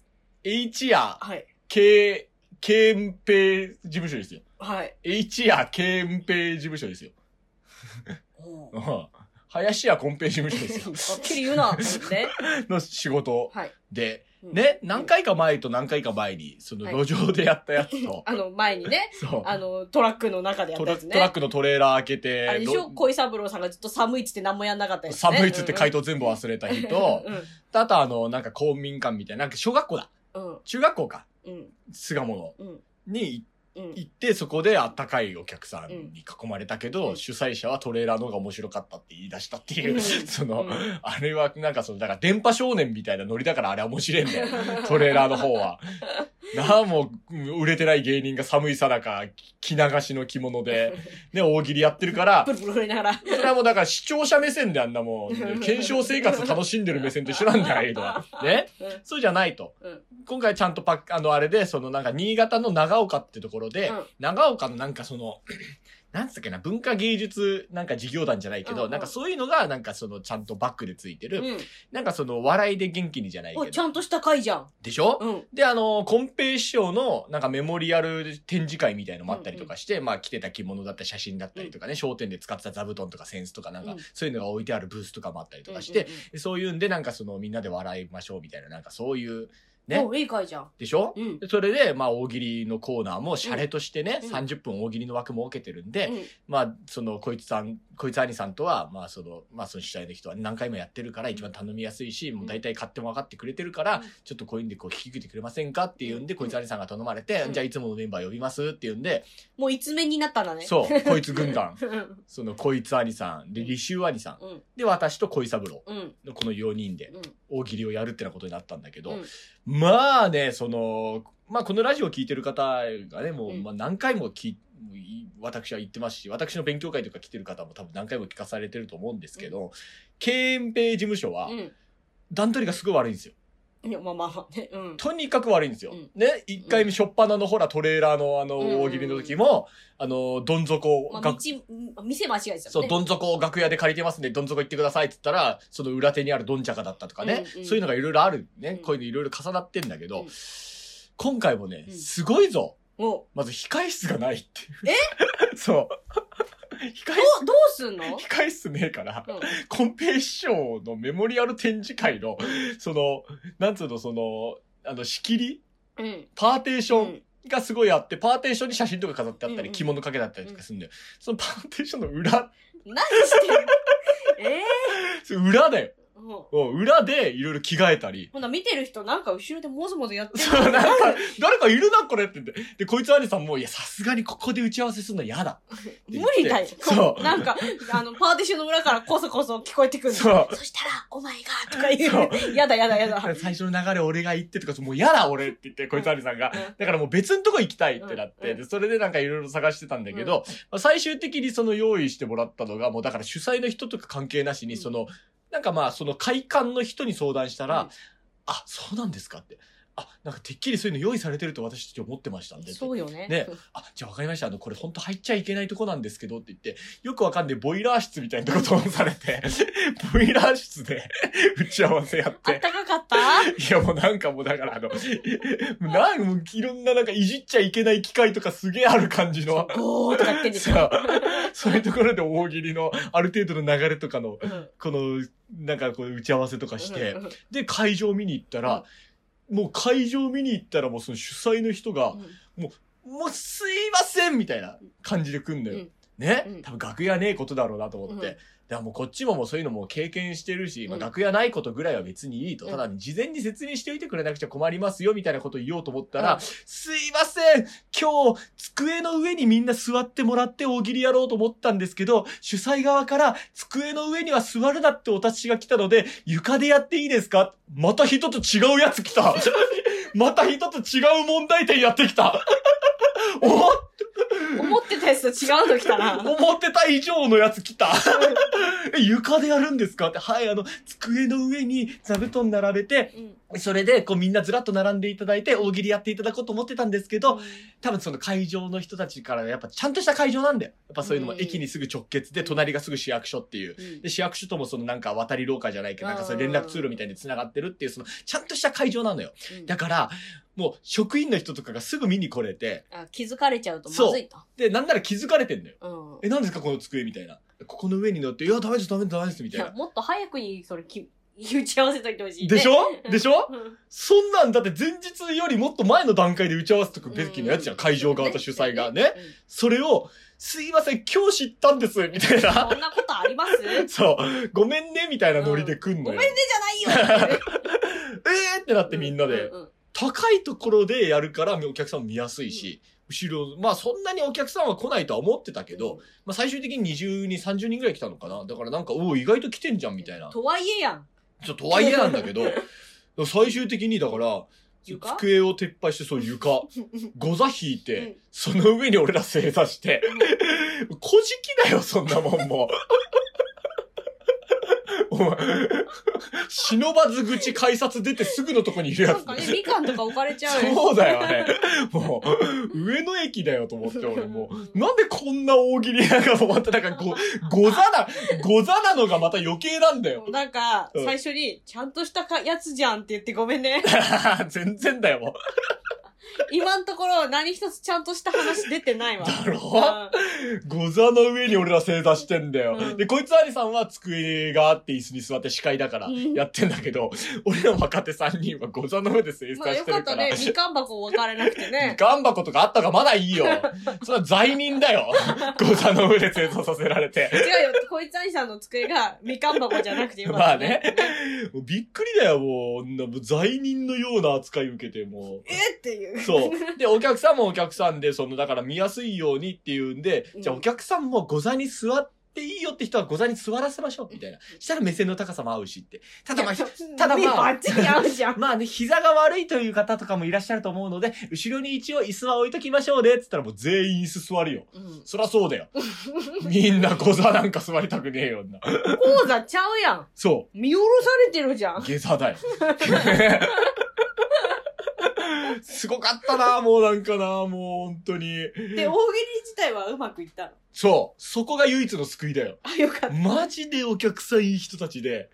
H や、
はい。
K、憲兵事務所ですよ。
はい。
H や憲兵事務所ですよ。 う
うん
ん林家コンペ事務所ですよ。
はっきり言うな、と思って。
の仕事
はい。
で、
うん
ね、何回か前と何回か前に、その
はい
路上でやったやつ と、
あの、前にね、
そう
あの、トラックの中でやっ
ト
た
ラ、
やつね。
トラックのトレーラー開けて、
あれでしょ恋三郎さんがずっと寒いっつって何もやんなかったやつ、ね。
寒いっつって回
答
答全部忘れた人、と
うん
あとあの、なんか公民館みたいな、なんか小学校だ。
うん。
中学校か。
うん。
巣鴨の
うん。
に
うん。
行って、そこであったかいお客さんに囲まれたけど、
うん
主催者はトレーラーの方が面白かったって言い出したっていう、
う ん
その、
うん
あれはなんかその、だから電波少年みたいなノリだからあれは面白いんだよ。 トレーラーの方は。なあ、もううん、売れてない芸人が寒いさなか、着流しの着物で、ね、大喜利やってるから
プ、ルプル振りながら。
それはもうだから視聴者目線であんな もん、検証生活楽しんでる目線と一緒なんだけど、ね
うん
そうじゃないと。
うん
今回ちゃんとパッ、あの、あれで、そのなんか新潟の長岡ってところで、
うん
長岡のなんかその、 なんつったっけな、文化芸術なんか事業団じゃないけど、
うんうん
なんかそういうのが、なんかその、ちゃんとバックでついてる、
うん。
なんかその、笑いで元気にじゃない
お、
け
ちゃ
ど。
んとした回じゃん。
でしょ、
うん。
で、あの、コンペイ師匠の、なんかメモリアル展示会みたいのもあったりとかして、まあ着てた着物だったり写真だったりとかね、商店で使ってた座布団とかセンスとかなんか、
うん
そういうのが置いてあるブースとかもあったりとかして、でそういうんでなんかそのみんなで笑いましょうみたいな、なんかそういう、
うんうん、
ね
お、いい回じゃん。
でしょ、
うん。
でそれで、まあ、大喜利のコーナーも、シャレとしてね、
うん
30分大喜利の枠設けてるんで、
うん
まあ、その、こいつさん、こいつ兄さんとは、まあ、その、まあ、その主体の人は何回もやってるから、一番頼みやすいし、もう大体買っても分かってくれてるから、
うん
ちょっとこういうんで、こう、引き受けてくれませんかっていうんで、
うん
こいつ兄さんが頼まれて、
うん
じゃあいつものメンバー呼びますっていうんで、
もう一面になったんだね。
そう、こいつ軍団、
うん。
その、こいつ兄さん、で、
うん
履修兄さん、
うん。
で、私と恋三郎
うん。
のこの4人で、
うん。
大喜利をやるってなことになったんだけど、
うん
まあね、その、まあこのラジオを聞いてる方がね、もう、
うん
まあ何回も聞い私は言ってますし、私の勉強会とか来てる方も多分何回も聞かされてると思うんですけど、憲兵事務所は
う
段取りがすごい悪いんですよ。
ん。いや、まあまあまあね。うん。
とにかく悪いんですよ。
うん
ね、一回目、初っ端のほら、トレーラーのあの、
うん
大喜利の時も、あの、どん底、
まあ、
が
道、店間違えてた
そう、ど
ん
ん底を楽屋で借りてますんで、どん底行ってくださいって言ったら、その裏手にあるどんちゃかだったとかね、
うんうん
そういうのがいろいろあるね、
うん
こういうのいろいろ重なってんだけど、
うん
今回もね、
うん
すごいぞ
お、
まず控室がないっていう。え そう。控
どう、どうすん の
室、控室ねえから、
うん。
コンペイ師匠のメモリアル展示会の、その、なんつうの、その、あの、仕切り
うん。
パーテーシ
う
ョン
ん。
がすごいあって、パーテーションに写真とか飾ってあった
うん
り、
うん
着物かけだったりとかするんだよ。そのパーテーションの裏、
何してんの ええ
それ裏だよ。
ー。うん
うん裏でいろいろ着替えたり。
ほんなら見てる人なんか後ろでもぞもぞやってる。
そう、なんか、誰かいるな、これって言って。で、こいつ兄さんも、いや、さすがにここで打ち合わせするの嫌だ。
無理だよ。
そう
なんか、あの、パーティションの裏からこそこそ聞こえてくるの
そう
そしたら、お前が、とか言う。やだやだ やだ。
最初の流れ俺が行ってとか、もう嫌だ俺って言って、こいつ兄さんが。だからもう別のとこ行きたいってなっ
うんう
て、
ん
で、それでなんかいろいろ探してたんだけど、まあ最終的にその用意してもらったのが、もうだから主催の人とか関係なし
う
に、
ん
その、なんかまあその会館の人に相談した
うん
ら、あ、そうなんですかって。あ、なんかてっきりそういうの用意されてると私たち思ってましたんで。って
そうよね。
ねあ、じゃあわかりました。あの、これ本当入っちゃいけないとこなんですけどって言って、よくわかんないボイラー室みたいなとこ飛ばされて、 ボイラー室で 打ち合わせやっ。
あってたかかった
いやもうなんかもうだからあの、なんもういろんななんかいじっちゃいけない機械とかすげえある感じの。
ゴーと か言ってんでしょ。
さあ、そういうところで大喜利のある程度の流れとかの、
うん
この、なんかこう打ち合わせとかして
う、ん
で会場見に行ったら、もう会場見に行ったらもうその主催の人が、もうすいませんみたいな感じで来んのよ。
うん
ね、
うん
多分楽屋ねえことだろうなと思って。
うん
だからもうこっちももうそういうのも経験してるし、まあ、
うん
楽屋ないことぐらいは別にいいと。
うん
ただ事前に説明しておいてくれなくちゃ困りますよみたいなことを言おうと思ったら、
うん
すいません今日机の上にみんな座ってもらって大喜利やろうと思ったんですけど、主催側から机の上には座るなってお達しが来たので、床でやっていいですかまた人と違うやつ来たまた人と違う問題点やってきた お
思ってたやつと違うの来 たな。
思ってた以上のやつ来た。 え床でやるんですかって。はい、あの、机の上に座布団並べて、
うん
それで、こうみんなずらっと並んでいただいて、大喜利やっていただこうと思ってたんですけど、多分その会場の人たちから、やっぱちゃんとした会場なんだよ。やっぱそういうのも
うん
駅にすぐ直結で、隣がすぐ市役所っていう。
うん
で、市役所ともそのなんか渡り廊下じゃないけど、なんかその連絡通路みたいに繋がってるっていう、その、ちゃんとした会場なのよ。
うん
だから、もう職員の人とかがすぐ見に来れて、
あ気づかれちゃうとまずいと。
で、なんなら気づかれてんのよ。
うん
え、何ですかこの机みたいな。ここの上に乗って、いや、ダメです、ダメです、ダメです、み
い
たい
や
な。
もっと早くにそれき打ち合わせといてほしいね。
でしょでしょ
うん
そんなんだって前日よりもっと前の段階で打ち合わせとくべきのやつじゃん。会場側と主催がね。。それを、すいません、今日知ったんです、みたい
うん
な
そ。んなことあります
そう。ごめんね、みたいなノリで来ん
ご
の
めん
よ。
ねじゃないよ
えーってなってみんなで
う。う
高いところでやるからお客さんも見やすいし、後ろ、まあそんなにお客さんは来ないとは思ってたけど、まあ最終的に20人、30人ぐらい来たのかな。だからなんか、おお、意外と来てんじゃん、みたいな。
とはいえやん。
ちょっとはいえなんだけど、最終的にだから、
床
机を撤廃して、そう 床、ゴザ引いうて
ん、
その上に俺ら正座して、こじきだよ、そんなもんもう。お前忍ばず口改札出てすぐのとこにいるや
な
つ
ん。かね、みかんとか置かれちゃうよね
そうだよね。もう、上野駅だよと思って、俺もう。なんでこんな大喜利なんかもまたなんかご、ござな、ござなのがまた余計なんだよ。
なんか、
うん
最初に、ちゃんとしたかやつじゃんって言ってごめんね。
全然だよ、も
今のところ何一つちゃんとした話出てないわ。
だろ
う
う。ござの上に俺ら正座してんだよ。
うん
で、こいつ兄さんは机があって椅子に座って司会だから
うん
やってんだけど、俺ら若手3人はござの上で正
んま
座
あよ
して
か
る
っ
か
た
ら。
ね。みかん箱分かれなくて ね。
ガンバコとかあったがまだい いよ。それは罪人だよ。ご座の上で正座させられて。
違うよ、こいつ兄さんの机がみかん箱じゃなくて よ
ま
か
あ
ったね。
ね。もうびっくりだよ、もう。女もう罪人のような扱い受けて、もう。
えっていう。
そう。で、お客さんもお客さんで、その、だから見やすいようにっていうんで、
うん
じゃあお客さんもご座に座っていいよって人はご座に座らせましょう、みたいな。したら目線の高さも合うしって。ただまあ、ひ ただ
目
まあ
バッチリ合うじゃ ん。
まあね、膝が悪いという方とかもいらっしゃると思うので、後ろに一応椅子は置いときましょうね、っつったらもう全員椅子座るよ。
うん
そりゃそうだ よ。みんなご座なんか座りたくねえよ、な。
講座ちゃうやん。
そう。
見下ろされてるじゃん。
下 座だよ。 すごかったな、もうなんかな、もう本当に。
で、大喜利自体はうまくいったの。
そう、そこが唯一の救いだよ。
あ、よかった。
マジでお客さんいい人たちで、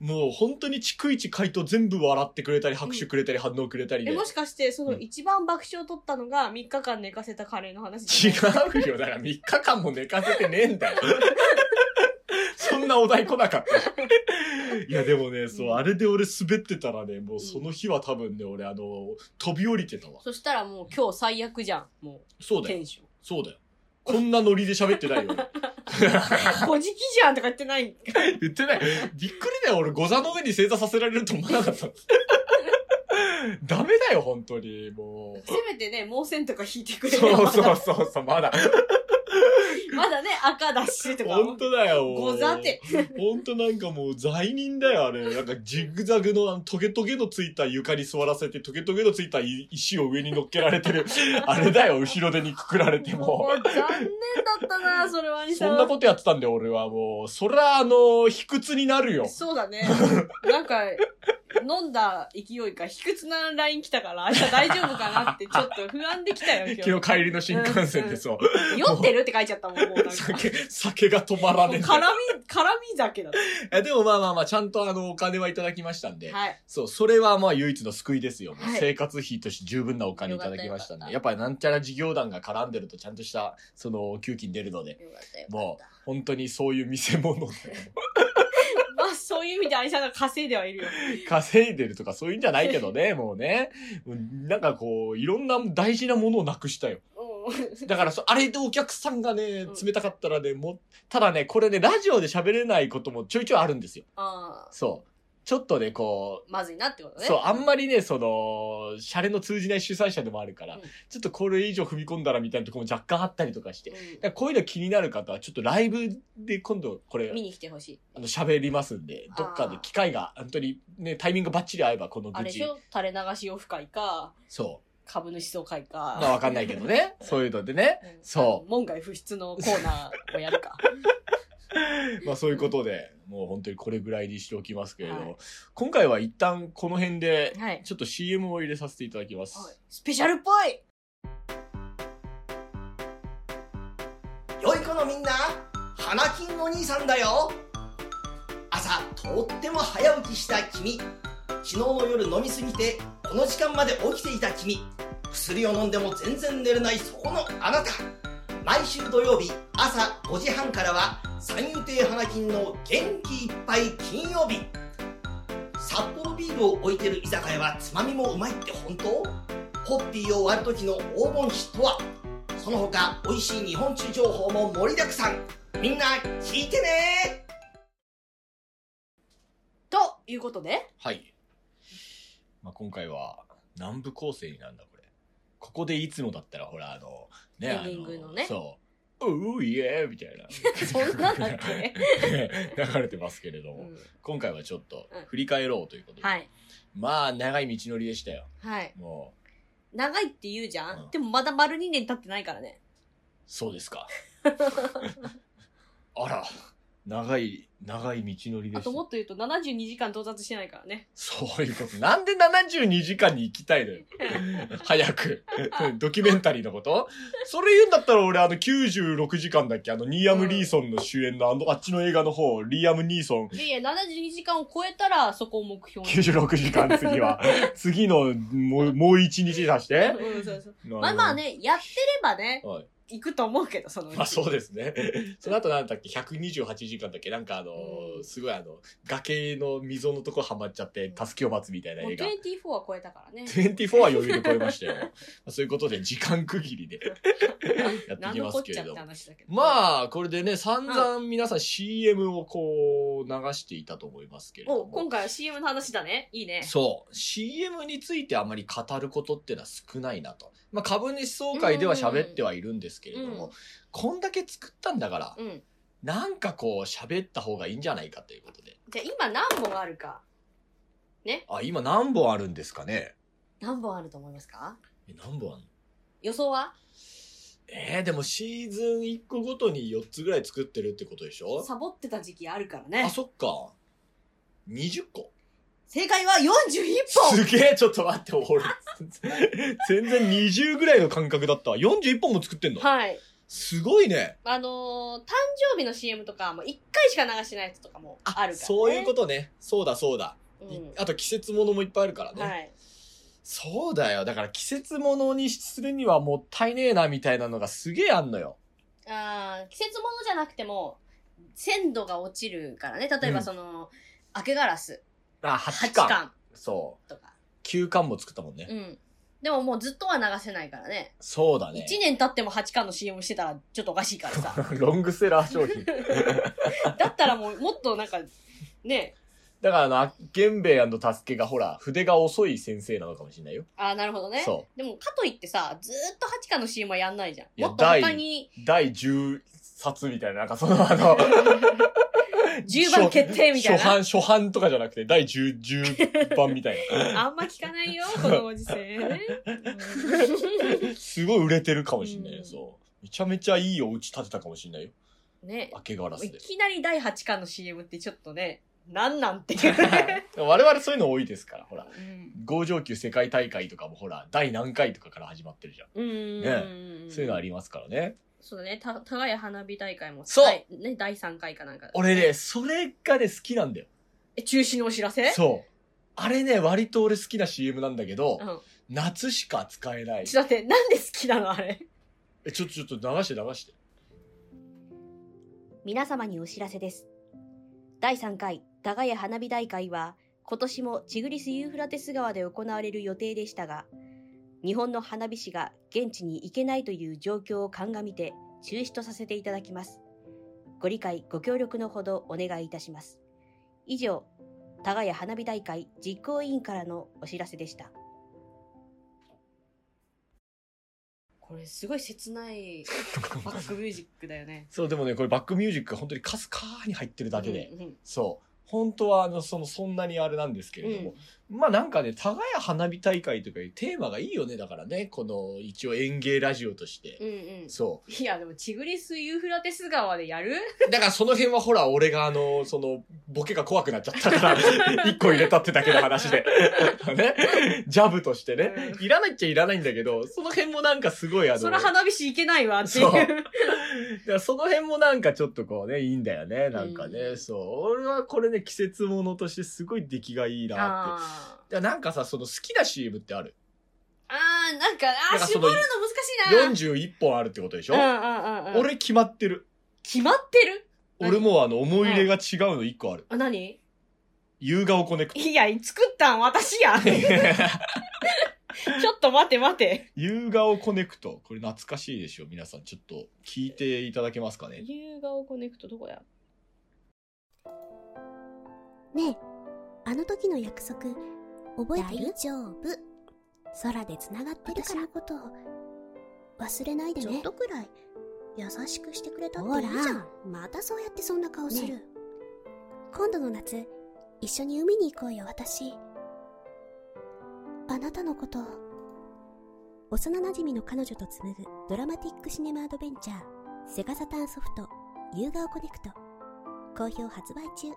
うん、
もう本当に逐一回答全部笑ってくれたり、拍手くれたり、反応くれたりで。
え
違
もしかしてその一番爆笑を取ったのが3日間寝かせたカレーの話じゃないう
よ。だから3日間も寝かせてねえんだよ。 そんなお題来なかったし。いやでもね、そう、あれで俺滑ってたらね、もうその日は多分ね、俺あの、飛び降りてたわ。
そしたらもう今日最悪じゃんも
そう
う
だよ
テ。ンション
そうだよ。こんなノリで喋ってないよ。
「こじきじゃん」とか言ってない
俺言ってない。びっくりだよ。俺、ご座の上に正座させられると思わなかった。ダメだよ、本当に。も
せめてね盲線とか引いてく
う。
れれば
そ
ま
う
だ
そうそうそう、まだ。
まだね赤だしとか
本当だよ。
ご座って。
本当なんかもう罪人だよ、あれ。なんかジグザグのあのトゲトゲのついた床に座らせて、トゲトゲのついた石を上に乗っけられ てる。あれだよ、後ろ手にくくられてもう
もう残念だったなそれは兄さ
そんなことやってたんだよ、俺はもう。そりゃ、あの、卑屈になるよ。
そうだねなんか飲んだ勢いか卑屈な LINE 来たから明日大丈夫かなってちょっと不安できたよ今
昨日帰りの新幹線でそう。
日酔ってるって書いちゃったもんもうなん か
酒、酒が止まら
もう
ねえん
絡み
だよ。
絡み酒だっ
えでもまあまあまあ、ちゃんとあの、お金はいただきましたんで。
たはい
そう、それはまあ唯一の救いですよ。もう
はい
生活費として十分なお金いただきましたんで。やっぱりなんちゃら事業団が絡んでるとちゃんとした、その、給金出るので。
よかったよ
もう、本当にそういう見せ物で
まあそういう意味で愛さんが稼いではいるよ。
稼いでるとかそういうんじゃないけどね、もうね。うんなんかこう、いろんな大事なものをなくしたよ。だからそ、あれでお客さんがね
うん、
冷たかったらね、もう、ただね、これね、ラジオで喋れないこともちょいちょいあるんですよ。
ああ、
そう。ちょっとね、こ
まずいなってこと
う、
ね。
そう、あんまりね、その、シャレの通じない主催者でもあるから、
うん
ちょっとこれ以上踏み込んだらみたいなところも若干あったりとかして。だか
う
らこういうの気になる方は、ちょっとライブで今度、これ
ん。見、に来てほしい。
あの、喋りますんで、どっかで機会が、本当にね、タイミングバッチリ合えば、この
あ
愚
れで
痴
し。ょ垂れ流しオフ会か、
そう。
株主総会か。
まあわかんないけどね。そういうのでね。
うん
そう。
門外不出のコーナーをや るか。
まあそういうことで、もう本当にこれぐらいにしておきますけれど、
はい
今回は一旦この辺で、
はい。
ちょっと CM を入れさせていただきます。
スペシャルっぽい
良い子のみんな花金お兄さんだよ朝とっても早起きした君昨日の夜飲みすぎてこの時間まで起きていた君薬を飲んでも全然寝れないそこのあなた毎週土曜日朝5時半からは三遊亭花金の元気いっぱい金曜日札幌ビールを置いてる居酒屋はつまみもうまいって本当ホッピーを割る時の黄金比とはその他美味しい日本酒情報も盛りだくさんみんな聞いてね
ということで、
はい。まあ今回は南部構成になるんだ、これ。ここでいつもだったら、ほら、あの、ね、
エ
あ
ンディングのね
そう。うーいえーみたいな。
そんなんだっけ
流れてますけれど
う
も、
ん
今回はちょっと
うん
振り返ろうということで。
はい。
まあ、長い道のりでしたよ。
はい。
もう、
長いって言うじゃん、
うん
でもまだ丸2年経ってないからね。
そうですか。あら、長い、長い道のりで
あ
した
とも。っと言うと72時間到達してないからね。
そういうこと。なんで72時間に行きたい のよ。早く。ドキュメンタリーのことそれ言うんだったら俺あの96時間だっけあのニーアム・リーソンの主演のあの、あっちの映画の方、リーアム・ニーソン。
いやいや、72時間を超えたらそこを目標に。
96時間次 は。次の、もう、もう1日足して。
うん、そうそう。まあまあね、やってればね、
はい
行くと思うけど、そのうち。
まあそうですね。その後なんだっけ、128時間だっけなんかあのー
うん
すごいあの、崖の溝のとこハマっちゃって、助けを待つみたいな
もう
映画。
24は超えたか らね。
24は余裕で超えましたよ。 まあそういうことで時間区切りでやっていき
何の
ま
こ
す
っ
け
ちゃ
れ
っ
ど
て
も。
話だけど。あ。
まあ、これでね、散々皆さん CM をこう、流していたと思いますけれど
お、今
も。
回は CM の話だね。いいね。
そう。CM についてあまり語ることってのは少ないなと。まあ、株主総会では喋ってはいるんですけれども、
うん
こんだけ作ったんだから、
うん。
なんかこう喋った方がいいんじゃないかということで。
じゃあ今何本あるか。
あ、今何本あるんですかね
何本あると思いますか
え何本あるの
予想は
えー、でもシーズン1個ごとに4つぐらい作ってるってことでしょ
サボってた時期あるから
あ、
ね。
そっか。20個。
正解は41本
すげえ、ちょっと待って、 俺。全然20ぐらいの感覚だったわ。41本も作ってんの
はい。
すごいね。
あのー誕生日の CM とかも1回しか流してないやつとかもあるから、ね。
そういうことね。そうだ、そうだ。
と
いあと季節ものもいっぱいあるからね。
はい。
そうだよ。だから季節ものにするにはもったいねえな、みたいなのがすげえあんのよ。
あー季節ものじゃなくても、鮮度が落ちるからね。例え
う
ば
ん
その、明けガラス
あ、8
8
巻。
巻
そう。
とか。
9巻も作ったもんね。
うん。でももうずっとは流せないからね。
そうだね。
1年経っても8巻の CM してたらちょっとおかしいからさ。
ロングセラー商品。
だったらもうもっとなんか、ね。
だからあのあ、ゲンベイタスケがほら、筆が遅い先生なのかもしれないよ。
ああ、なるほどね。
そ
でも、かといってさ、ずーっと8巻の CM はやんないじゃん。
や
もっと他に
第10冊みたいな、なんかそのあ の、
10番決定みたいな。
初版、初版とかじゃなくて、第10、10番みたい
あんま聞かない よ、このおじさんね。
な。すごい売れてるかもしれないよ、
うん
そう。めちゃめちゃいいお家建てたかもしれないよ。
うんね
明。けガラス
い
で。
きなり第8巻の CM ってちょっとね、なんなんっていうね。
我々そういうの多いですから、ほら。
うん
合上級世界大会とかもほら、第何回とかから始まってるじゃん。
うーん。
そういうのありますからね。
そうだね。た、互い花火大会も。
そう
はいね、第3回かなんか。
俺ね、それがね、好きなんだよ。
え、中止のお知らせ
そう。あれね、割と俺好きな CM なんだけど、
うん。
夏しか使えない。
ちょっと待って、なんで好きなのあれ。
え、ちょっとちょっと流して流して。
皆様にお知らせです。第3回、ダガヤ花火大会は、今年もチグリス・ユーフラテス川で行われる予定でしたが、日本の花火師が現地に行けないという状況を鑑みて、中止とさせていただきます。ご理解、ご協力のほどお願いいたします。以上、ダガヤ花火大会実行委員からのお知らせでした。これすごい切 ないバックミュージックだよね。
そう、でもね、これバックミュージックが本当にかすかーに入ってるだけで。
うんうん
そう。本当は、あの、その、そんなにあれなんですけれども。まあなんかね、たがや花火大会とかいうテーマがいいよね。だからね、この、一応演芸ラジオとして。
うんうん
そ
いやでもチグリス・ユーフラテス川でやる
う。だからその辺はほら、俺があの、その、ボケが怖くなっちゃった から、一個入れたってだけの話で。 ね。ジャブとしてね。いらないっちゃいらないんだけど、その辺もなんかすごいあの、
そら花火師いけないわってい
そう
う。
だからその辺もなんかちょっとこうね、いいんだよね。なんかね、
うん
そう。俺はこれね、季節ものとしてすごい出来がいいなって。
あ
だからなんかさ、その好きな CM ってある。
ーあーなんかあ
なん
ー
か
絞
その
るの難しい
41本あるってことでしょ、
なうんうんうんうん
俺決まってる。
決まってる何
俺もうあの、思い入れが違うの1個ある。
あ何
夕顔コネクト。
いや作ったん私 やんちょっと待て待て
夕顔コネクト。これ懐かしいでしょ皆さん、ちょっと聞いていただけますかね。
夕顔コネクトどこや
ねえあの時の約束覚えてる大丈夫空でつながってるから私のこと忘れないでねちょっとくらい優しくしてくれたっていいじゃんまたそうやってそんな顔する、今度の夏一緒に海に行こうよ私あなたのこと幼なじみの彼女と紡ぐドラマティックシネマアドベンチャーセガサターンソフト夕顔コネクト好評発売中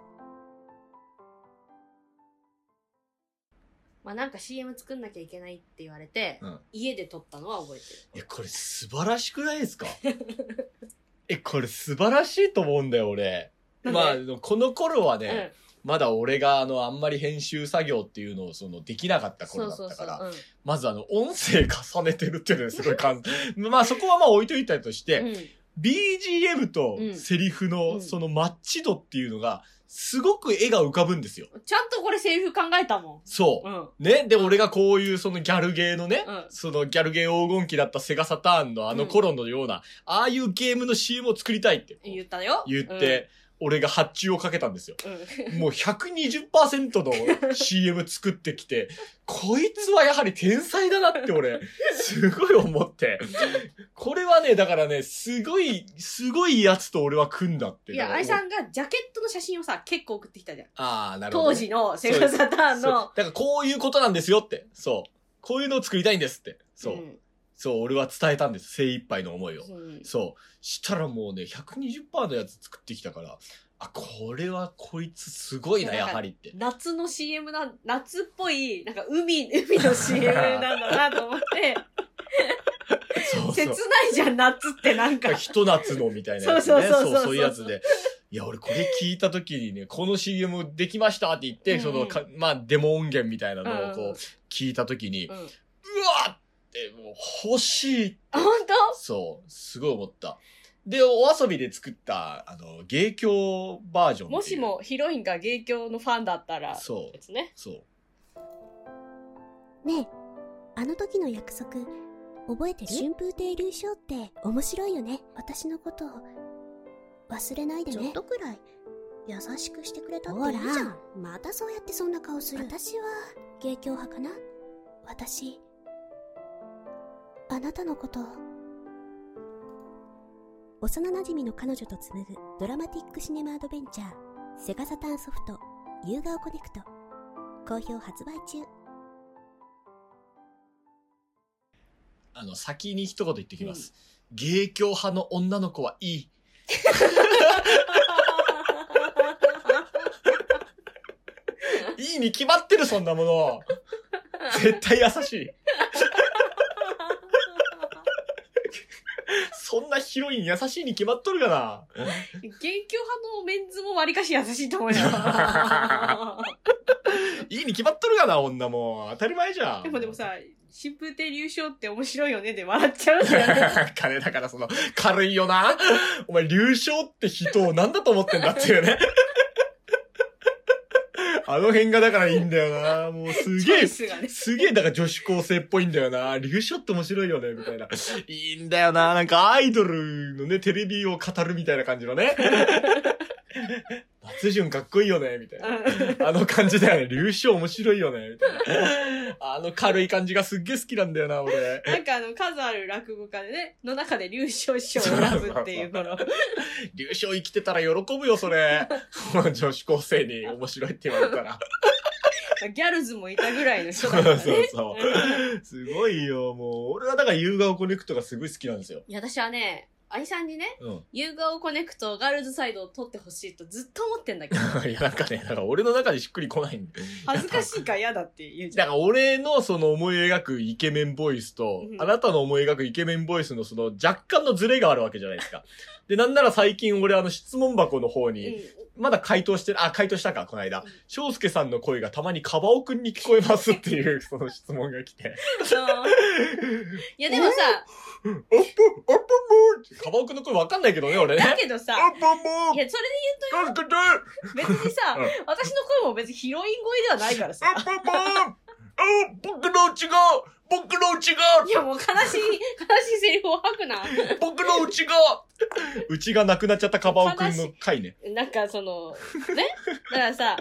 まあなんか CM 作んなきゃいけないって言われて、
うん
家で撮ったのは覚えてる。
いや、これ素晴らしくないですか え、これ素晴らしいと思うんだよ、俺。
なんで
まあ、この頃はね、
うん、
まだ俺があの、あんまり編集作業っていうのをその、できなかった
そ
頃
う
だった
そ
から、
うそう。う
まずあの、音声重ねてるっていうのがすごい感じ。 まあそこはまあ置いといたとして、
んうん。
BGM と
うん
セリフ
う
の
ん
そのマッチ度っていうのが、すごく絵が浮かぶんですよ。
ちゃんとこれセリフ考えたも
そ
ん。うん。
う。ね。で、俺がこういうそのギャルゲーのね、
うん
そのギャルゲー黄金期だったセガサターンのあの頃のような、ああいうゲームの CM を作りたいって
言ったよ。
言って、俺が発注をかけたんですよ。
うん。うん。
もう120%の CM 作ってきて、こいつはやはり天才だなって俺、すごい思って。これはね、だからね、すごい、すごいやつと俺は組んだって
い
いうの
や、
が。
愛さんがジャケットの写真をさ、結構送ってきたじゃん。
ああ、なるほど
当
ね、
時のセガサターン
そう
の。
だからこういうことなんですよって。そう。こういうのを作りたいんですって。そう。
ん
そう、俺は伝えたんです。精一杯の思いを。
うん
そう。したらもうね、120%のやつ作ってきたから、あ、これはこいつすごいな、
いや
や
なんか
はりって。
夏の CM なん、夏っぽい、なんか海、海の CM なんだなと思って、
そう
切
そ
な
う。
いじゃん、夏ってなん か。
ひと夏のみたいなやつね。
そうそうそうそう
そういうやつで。いや、俺これ聞いた時にね、この CM できましたって言って、
うんうん
そのか、まあ、デモ音源みたいなのを
うんう
こ
ん
う、聞いた時に、う
うん。
わって、もう欲しい
あ、本当
そう、すごい思った。で、お遊びで作った、あの、芸協バージョンっていう
もし。もヒロインが芸協のファンだったら、
そう
ですね。
そう。
ねえあの時の約束覚えてる春風亭流昇って面白いよね私のことを忘れないでねちょっとくらい優しくしてくれたっていいじゃんまたそうやってそんな顔する私は芸協派かな私あなたのことを幼馴染の彼女と紡ぐドラマティックシネマアドベンチャーセガサターンソフト夕顔コネクト好評発売中
あの、先に一言言ってきます。芸協派の女の子はいい。いいに決まってる、そんなもの。絶対優 しい。そんなヒロイン優しいに決まっとるかな。
芸協派のメンズもわりかし優しい と思うよ。で
いいに決まっとるかな、女も。当たり前じゃん。
もでも、さ、新風亭流昇って面白いよねで笑っちゃうんだよね。
金だからその、軽いよな。お前、流暢って人を何だと思ってんだっていうね。 あの辺がだからいいんだよな。もう す
チ
げ
ョ
え
イ、スがね。
すげえだから女子高生っぽいんだよな。流暢って面白いよね、みたいな。いいんだよな。なんかアイドルのね、テレビを語るみたいな感じのね。 夏潤かっこいいよね、みたいな。
うん
あの感じだよね。流暢面白いよね、みたいな。あの軽い感じがすっげえ好きなんだよな、俺。
なんかあの、数ある落語家でね、の中で流昇師匠を選ぶっていうこの。
流暢生きてたら喜ぶよ、そ れ。女子高生に面白いって言われたら。
ギャルズもいたぐらいの人
そ
だから
う
ね。
そうそう。すごいよ、もう。俺はだから優顔コネクトがすごい好きなんですよ。
いや、私はね、愛さんにね、
うん。
夕顔コネクト、ガールズサイドを撮ってほしいとずっと思ってんだけど、
いや、なん かね、なんか俺の中でしっくりこないんだよ。
恥ずかしいから嫌だって言うじゃ
だから俺のその思い描くイケメンボイスと、
うん
あなたの思い描くイケメンボイスのその若干のズレがあるわけじゃないですか。で、なんなら最近俺あの質問箱の方
ん。
に、
う
まだ回答して、あ、回答したか、この間。翔介さんの声がたまにカバオくんに聞こえますっていう、その質問が来て。
んあのいや、でもさ、
アップ、アップもーカバオくんの声わかんないけどね、俺
だ
ね。
けどさ、
アップも
いや、それ
ー助けて
で別にさ
うん、
私の声も別にヒロイン声ではないからさ。
アップもーあ、僕のうちが僕のうちが
いや、もう悲しい、悲しいセリフを吐くな。
僕のうちがうちがなくなっちゃったカバオくんの回ね。
なんか、その、ねだからさ、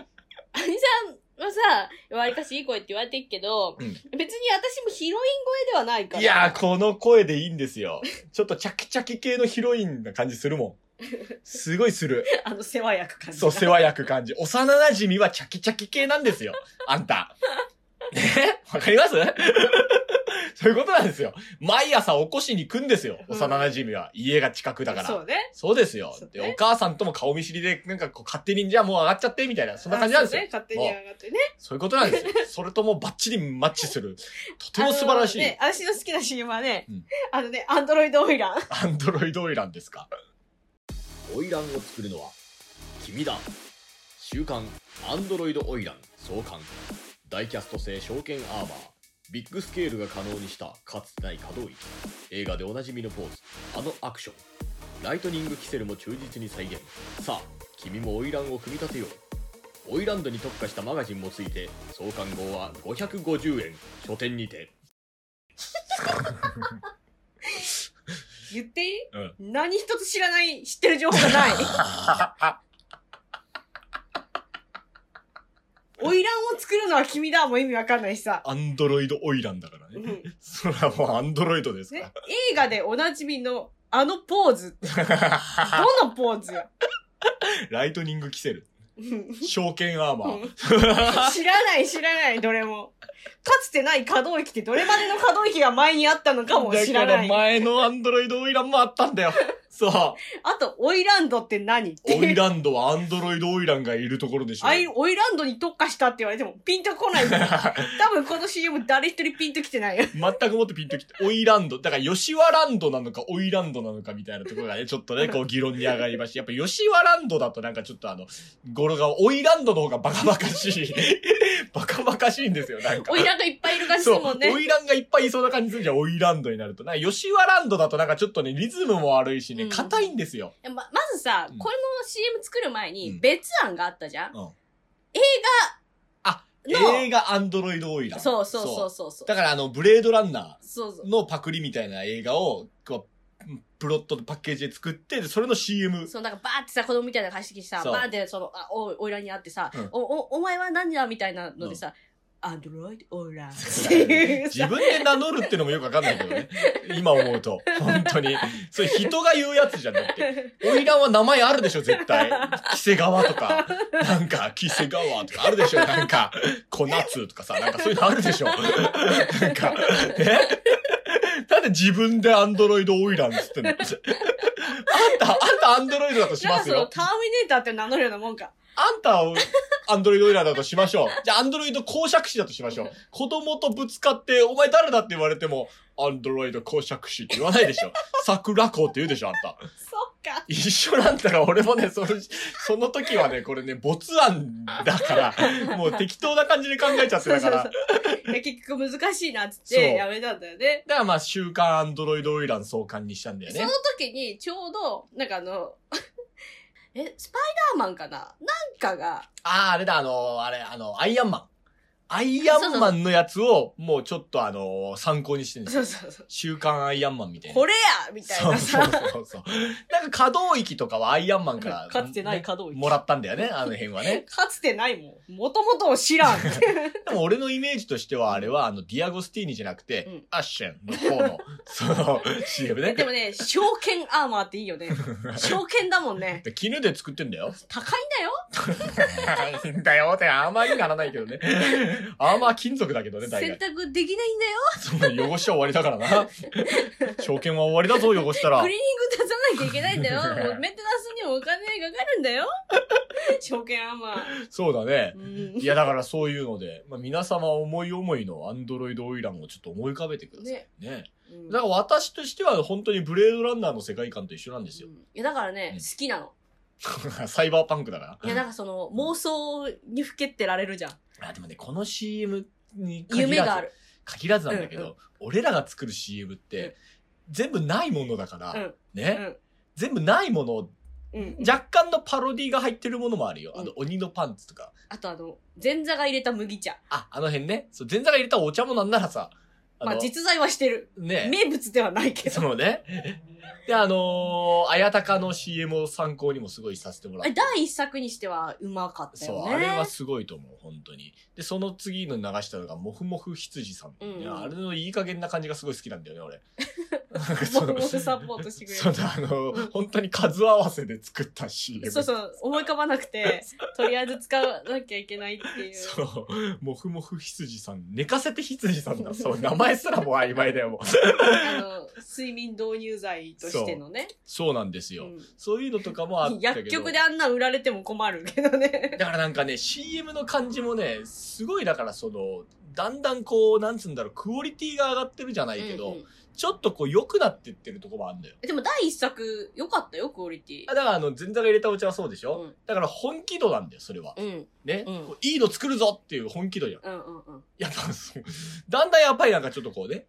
アニさんはさ、わりかしいい声って言われてるけど、
うん
別に私もヒロイン声ではないから。
いやー、この声でいいんですよ。ちょっとチャキチャキ系のヒロインな感じするもん。すごいする。
あの、世話役感じ
そう、世話焼く感じ。幼馴染みはチャキチャキ系なんですよ。あんた。ねわかります
そういうことなんですよ。毎朝起こしに行くんですよ。幼馴染は。家が近くだから。
そうね。
そうですよ
そう。
で、
ね
お母さんとも顔見知りで、なんかこう勝手に、じゃあもう上がっちゃって、みたいな、そんな感じなんですよ
あ。そうね、勝手に上がってね。
そういうことなんですよ。それともバッチリマッチする。とても素晴らしい
あの。ね、私の好きな CM はね、
うん
あのね、アンドロイドオイラン。
アンドロイドオイランですか。
オイランを作るのは君だ週刊アンドロイドオイラン創刊大キャスト製証券アーマービッグスケールが可能にしたかつてない可動域映画でおなじみのポーズあのアクションライトニングキセルも忠実に再現さあ君もオイランを組み立てようオイランドに特化したマガジンもついて創刊号は550円書店にて
言っていい、
うん
何一つ知らない、知ってる情報が ない。オイランを作るのは君だも意味わかんないしさ。
アンドロイドオイランだから
うん
ね。それはもうアンドロイドです
ね
か、
映画でおなじみのあのポー ズ。どのポーズ
ライトニングキセ
う
ル。
ん
証券アーマー。
知らない知らない、どれも。かつてない可動域ってどれまでの可動域が前にあったのかも知らな
だから
い。
前のアンドロイドオイランもあったんだよ。そ
あと、オイランドって何って
う。オ
い
イ
う。
ランドはアンドロイドオイランがいるところでしょ。
あいオイランドに特化したって言われてもピンとこ ない。多分この CM 誰一人ピンときてないよ。
全くもってピンときて、オイランド。だから、吉和ランドなのか、オイランドなのかみたいなところがね、ちょっと ね、こう議論に上がりまして、やっぱ吉和ランドだとなんかちょっとあの、語呂が、オイランドの方がバカバカしい。 バカバカしいんですよ、なんか。
オイランドいっぱいいる感じす
そ
る
う
もん、ね
オ。イランがいっぱいいそうな感じするじゃん、オイランドになると。なんか、吉和ランドだとなんかちょっとね、リズムも悪いしね、
うん
硬いんですよ。
ままずさ、
うん
この CM 作る前
う
に
ん
別案があったじゃん、
うん
映
あ、
画の、
映画アンドロイドオイラン。
そうそうそうそうそう。
だからあの、ブレードランナ
そうそう
ーのパクリみたいな映画を、こう、プロットとパッケージで作って、でそれの CM。
そう、なんかバーってさ、子供みたいな解析してさ、
そう
バーってその、あ、お、オイラに会ってさ、
うん
お、お、お前は何だみたいなのでさ、アンドロイドオイランって いう
自
さ、
分で名乗るってのもよくわかんないけどね。今思うと。本当に。それ人が言うやつじゃなくて。オイランは名前あるでしょ、絶対。キセガワとか。なんか、キセガワとかあるでしょ、なんか。コナツとかさ、なんかそういうのあるでしょ。なんか、えなんで自分でアンドロイドオイランっつってんのあんた、あんたアンドロイドだとし
な
ま
んか
す
その、
よ。
ターミネーターって名乗るようなもんか。
あんたをアンドロイドオイラーだとしま しょう。じゃあアンドロイド公爵士だとしましょう。子供とぶつかって、お前誰だって言われても、アンドロイド公爵士って言わないでしょ。桜子って言うでしょ、あんた。
そっか。
一緒なんだから、俺もね、その、その時はね、これね、没案だから、もう適当な感じで考えちゃって
そう
た
そ
か
う
ら。
そう。いや結局難しいなっつっ
そう
て、やめたんだよね。
だからまあ、週刊アンドロイドオイラン創刊にしたんだよ
そ
ね
の。時に、ちょうど、なんかあの、 え、スパイダーマンかななんかが、
ああ、あれだ、あの、あれ、あの、アイアンマン。アイアンマンのやつを、もうちょっとあの、参考にしてるんです
そ
よ。
うそうそう。
週刊アイアンマンみたいな。
これやみたい
そう
な
そう
さ。
そうそう。なんか可動域とかはアイアンマンから、
かつてない可動
ね
域
もらったんだよね、あの辺はね。
かつてないもん。もともとを知らん。
でも俺のイメージとしては、あれは、あの、ディアゴスティーニじゃなくて、
うん
アッシェンの方 の、その、CM ね
で。もね、証券アーマーっていいよね。証券だもんね。
で絹で作ってんだよ。
高いんだよ。
いいんだよって、あんまりならないけどね。あんま金属だけどね、大
洗
概。
濯できないんだよ。
そんな汚しは終わりだからな。証券は終わりだぞ、汚したら
クリー。ニング出さなきゃいけ ないんだよ。もうメンテナンスにもお金かかるんだよ。証券アーマー。
そうだね
う。ん
いや、だからそういうので、まあ、皆様思い思いのアンドロイドオイランをちょっと思い浮かべてください。
ね
ね。
うん
だから私としては本当にブレードランナーの世界観と一緒なんです よ
う。んいやだからね、
うん
好きなの。
サイバーパンクだか
いや、なんかその、妄想にふけってられるじゃん。
ら。あ、でもね、この CM に限らず
夢がある。
限らずなんだけど、
うんう
俺らが作る CM って、
うん
全部ないものだから、
うん
ね、
うん
全部ないもの、
うん。
若干のパロディが入ってるものもあるよ。あの、鬼のパンツとか。
あとあの、前座が入れた麦茶。
あ、あの辺ね。そう、前座が入れたお茶もなんならさ、
まあ
の、
実在はしてる。
ね。
名物ではないけど。
そうね。で、あのー、綾鷹の CM を参考にもすごいさせてもらっ
え
て。
第一作にしてはうまかったよね
そう、あれはすごいと思う、本当に。で、その次の流したのが、もふもふ羊さん、
うんうん
いやあれのいい加減な感じがすごい好きなんだよね、俺。 なんか
もふもふサポートしてくれる
その、あの、本当に数合わせで作った CM。
そうそう思い浮かばなく てとりあえず使わなきゃいけないっていう
そう。もふもふ羊さん。寝かせて羊さんだ。そう。名前すらもう曖昧だよ、もう。
あの睡眠導入剤としてのね、
そうなんですよ。
うん
そういうのとかもあったけ
薬
ど。
局であんな売られても困るけどね
だからなんかね、CM の感じもね、すごいだからその、だんだんこう、なんつうんだろう、クオリティが上がってるじゃないけど、
うんうん
ちょっとこう良くなってってるとこもあるんだよ。
でも第一作良かったよクオリティ
あだからあの、前座が入れたお茶はそうでしょ、
うん
だから本気度なんだよ、それは。
うん
ね、
うん
こういいの作るぞっていう本気度じゃん。
うんうんうん
やっぱそう。だんだんやっぱりなんかちょっとこうね、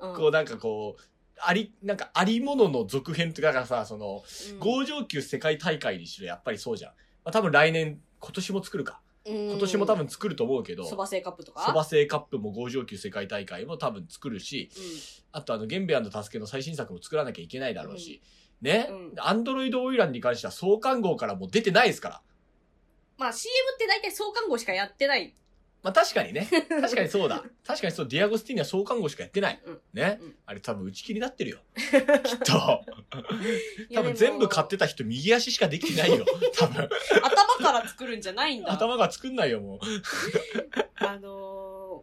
うん
こうなんかこう、あり、なんかありものの続編って、だからさ、その、
うん
合上級世界大会にしろやっぱりそうじゃん。まあ多分来年、今年も作るか。今
今
年も多分作ると思うけど、
そば製カップとか
そば製カップも合上級世界大会も多分作るし、あとあの、玄米助けの最新作も作らなきゃいけないだろうし、ね
うん、
アンドロイドオイランに関しては創刊号からもう出てないですから。
まあ CM って大体創刊号しかやってない。
まあ確か にね、確かにそうだ。確かにそう、ディアゴスティーニは創刊号しかやってない。
うん
ね、
うん
あれ多分打ち切りに なってるよ。きっと。多分全部買ってた人右足しかできてない よ。多分。
いやでも頭から作るんじゃないんだ。
頭が作んないよ、もう。
あのー、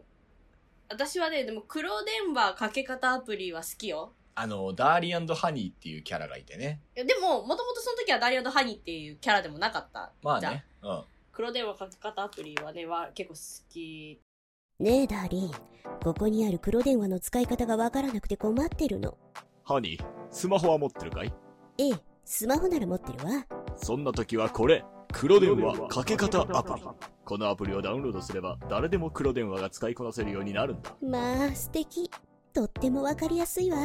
私はね、でも黒電話かけ方アプリは好きよ。
あの、ダーリンハニーっていうキャラがいてね。
いやでも、もともとその時はダイヤとハニーっていうキャラでもなかった。
まあ
じゃん
ね。うん。
黒電話かけ方アプリはね、は結構好き。
ねえ、ダーリン。ここにある黒電話の使い方がわからなくて困ってるの。
ハニー、スマホは持ってるかい
ええ、スマホなら持ってるわ。
そんな時はこれ、黒電話かけ方アプリ。このアプリをダウンロードすれば、誰でも黒電話が使いこなせるようになるんだ。
まあ、素敵。とってもわかりやすいわ。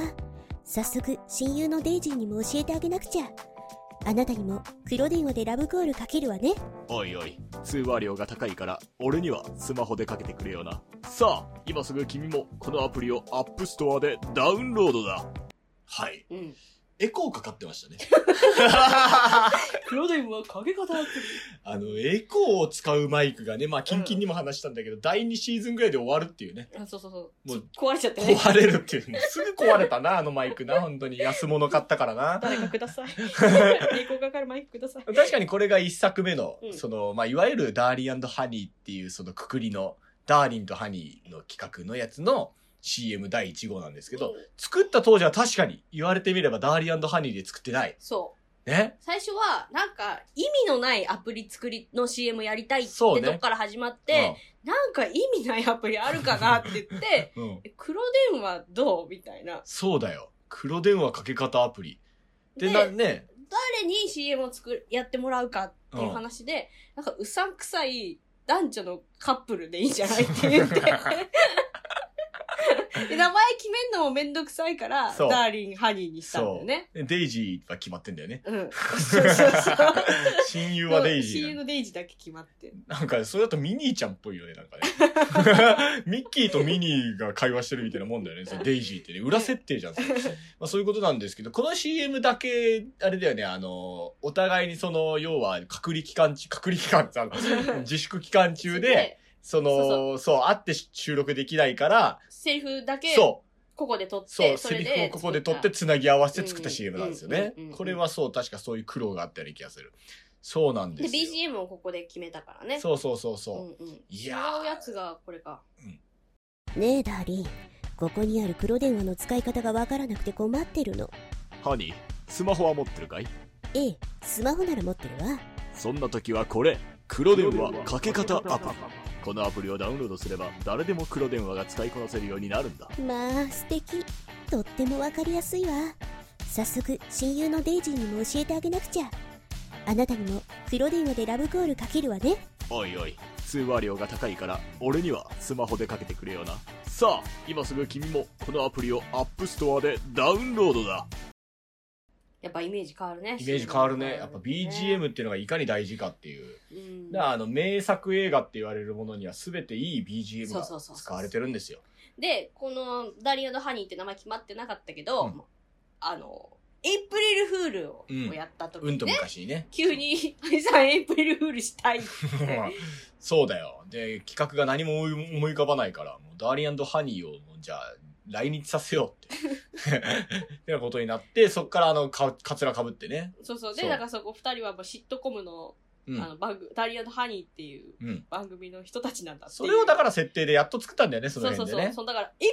早速、親友のデイジーにも教えてあげなくちゃ。あなたにも黒電話でラブコールかけるわね。
おいおい、通話料が高いから、俺にはスマホでかけてくれよな。さあ、今すぐ君もこのアプリをアップストアでダウンロードだ。
はい。
うん。
エコーかかってましたね。
黒電話かけ方アプ
あの、エコーを使うマイクがね、まあ、キンキンにも話したんだけど、第2シーズンぐらいで終わるっていうね。
リ。あそうそうそう。
もう、
壊れちゃってね。
壊れるっていう。 もうすぐ壊れたな、あのマイクな。本当に安物買ったからな。
誰かください。抵抗かかるマイクください。
確かにこれが一作目の、
うん
その、まあ、いわゆるダーリンハニーっていうそのくくりの、ダーリンとハニーの企画のやつの CM 第1号なんですけど、作った当時は確かに言われてみればダーリンハニーで作ってない。
そう。
ね。
最初は、なんか、意味のないアプリ作りの CM やりたいって
そうね
とこから始まって、なんか意味ないアプリあるかなって言 って、
うん、うん。
え黒電話どうみたいな。
そうだよ。黒電話かけ方アプリ。
で
で、な、ね、
誰に CM を作る、やってもらうかっていう話で、なんかうさんくさい男女のカップルでいいんじゃないって言って。 で名前決めんのもめんどくさいから、
そう
ダーリン、ハニーにしたんだよね。
そう。デイジーは決まってんだよね。
うん。そうそう そう。
親友はデイジ
CM
ーな
のデイジーだけ決まって。
の。なんか、それだとミニーちゃんっぽいよね、なん かね。ミッキーとミニーが会話してるみたいなもんだよね、そのデイジーってね。裏設定じゃん。それまあ、そういうことなんですけど、この CM だけ、あれだよね、あの、お互いにその、要は、隔離期間中、隔離期間 ってあの自粛期間中で、、その、
そう
そう会って収録できないから、
セリフだけ、
そう。
ここで撮って、
そう、
そ
セ
れ
リ
で
フをここで取って、つなぎ合わせて作った CM なんですよね
うんうんうんうん。
これはそう、確かそういう苦労があったような気がする。そうなん
で、
ですよ。
BGM をここで決めたからね。
そうそうそうそう。
うんうん。
い
違
や
うやつがこれか。
ねえ、ダーリン。ここにある黒電話の使い方がわからなくて困ってるの。
ハニー、スマホは持ってるかい
ええ、スマホなら持ってるわ。
そんな時はこれ、黒電話かけ方アプリ。このアプリをダウンロードすれば、誰でも黒電話が使いこなせるようになるんだ。
まあ、素敵。とってもわかりやすいわ。早速、親友のデイジーにも教えてあげなくちゃ。あなたにも黒電話でラブコールかけるわね。
おいおい、通話料が高いから、俺にはスマホでかけてくれよな。さあ、今すぐ君もこのアプリをアップストアでダウンロードだ。
やっぱイメージ変わるね。
イメージ変わるね。やっぱ BGM っていうのがいかに大事かっていう。
うん。
だからあの、名作映画って言われるものには全ていい
そ
BGM
う
が
そうそうそう
使われてるんですよ。
で、このダリアド・ハニーって名前決まってなかったけど、
うん
あの、エイプリルフールを,、
うん
やった時
う
に
んと
ね、
昔にね。
急に、アイさんエイプリルフールした いって。
そうだよ。で、企画が何も思い浮かばないから、もうダーリンハニーを、じゃあ、来日させようって。ってなことになって、そっからあの、か、かつらかぶってね。
そうそう。
そ
で、
う
だからそこ二人はもうシットコムの、
うん
あの、番組、ダリアとハニーっていう
うん。
番組の人たちなんだっていう
それをだから設定でやっと作ったんだよね、その
そうそう
辺で
そう。そ
ね。
うだから、エイプ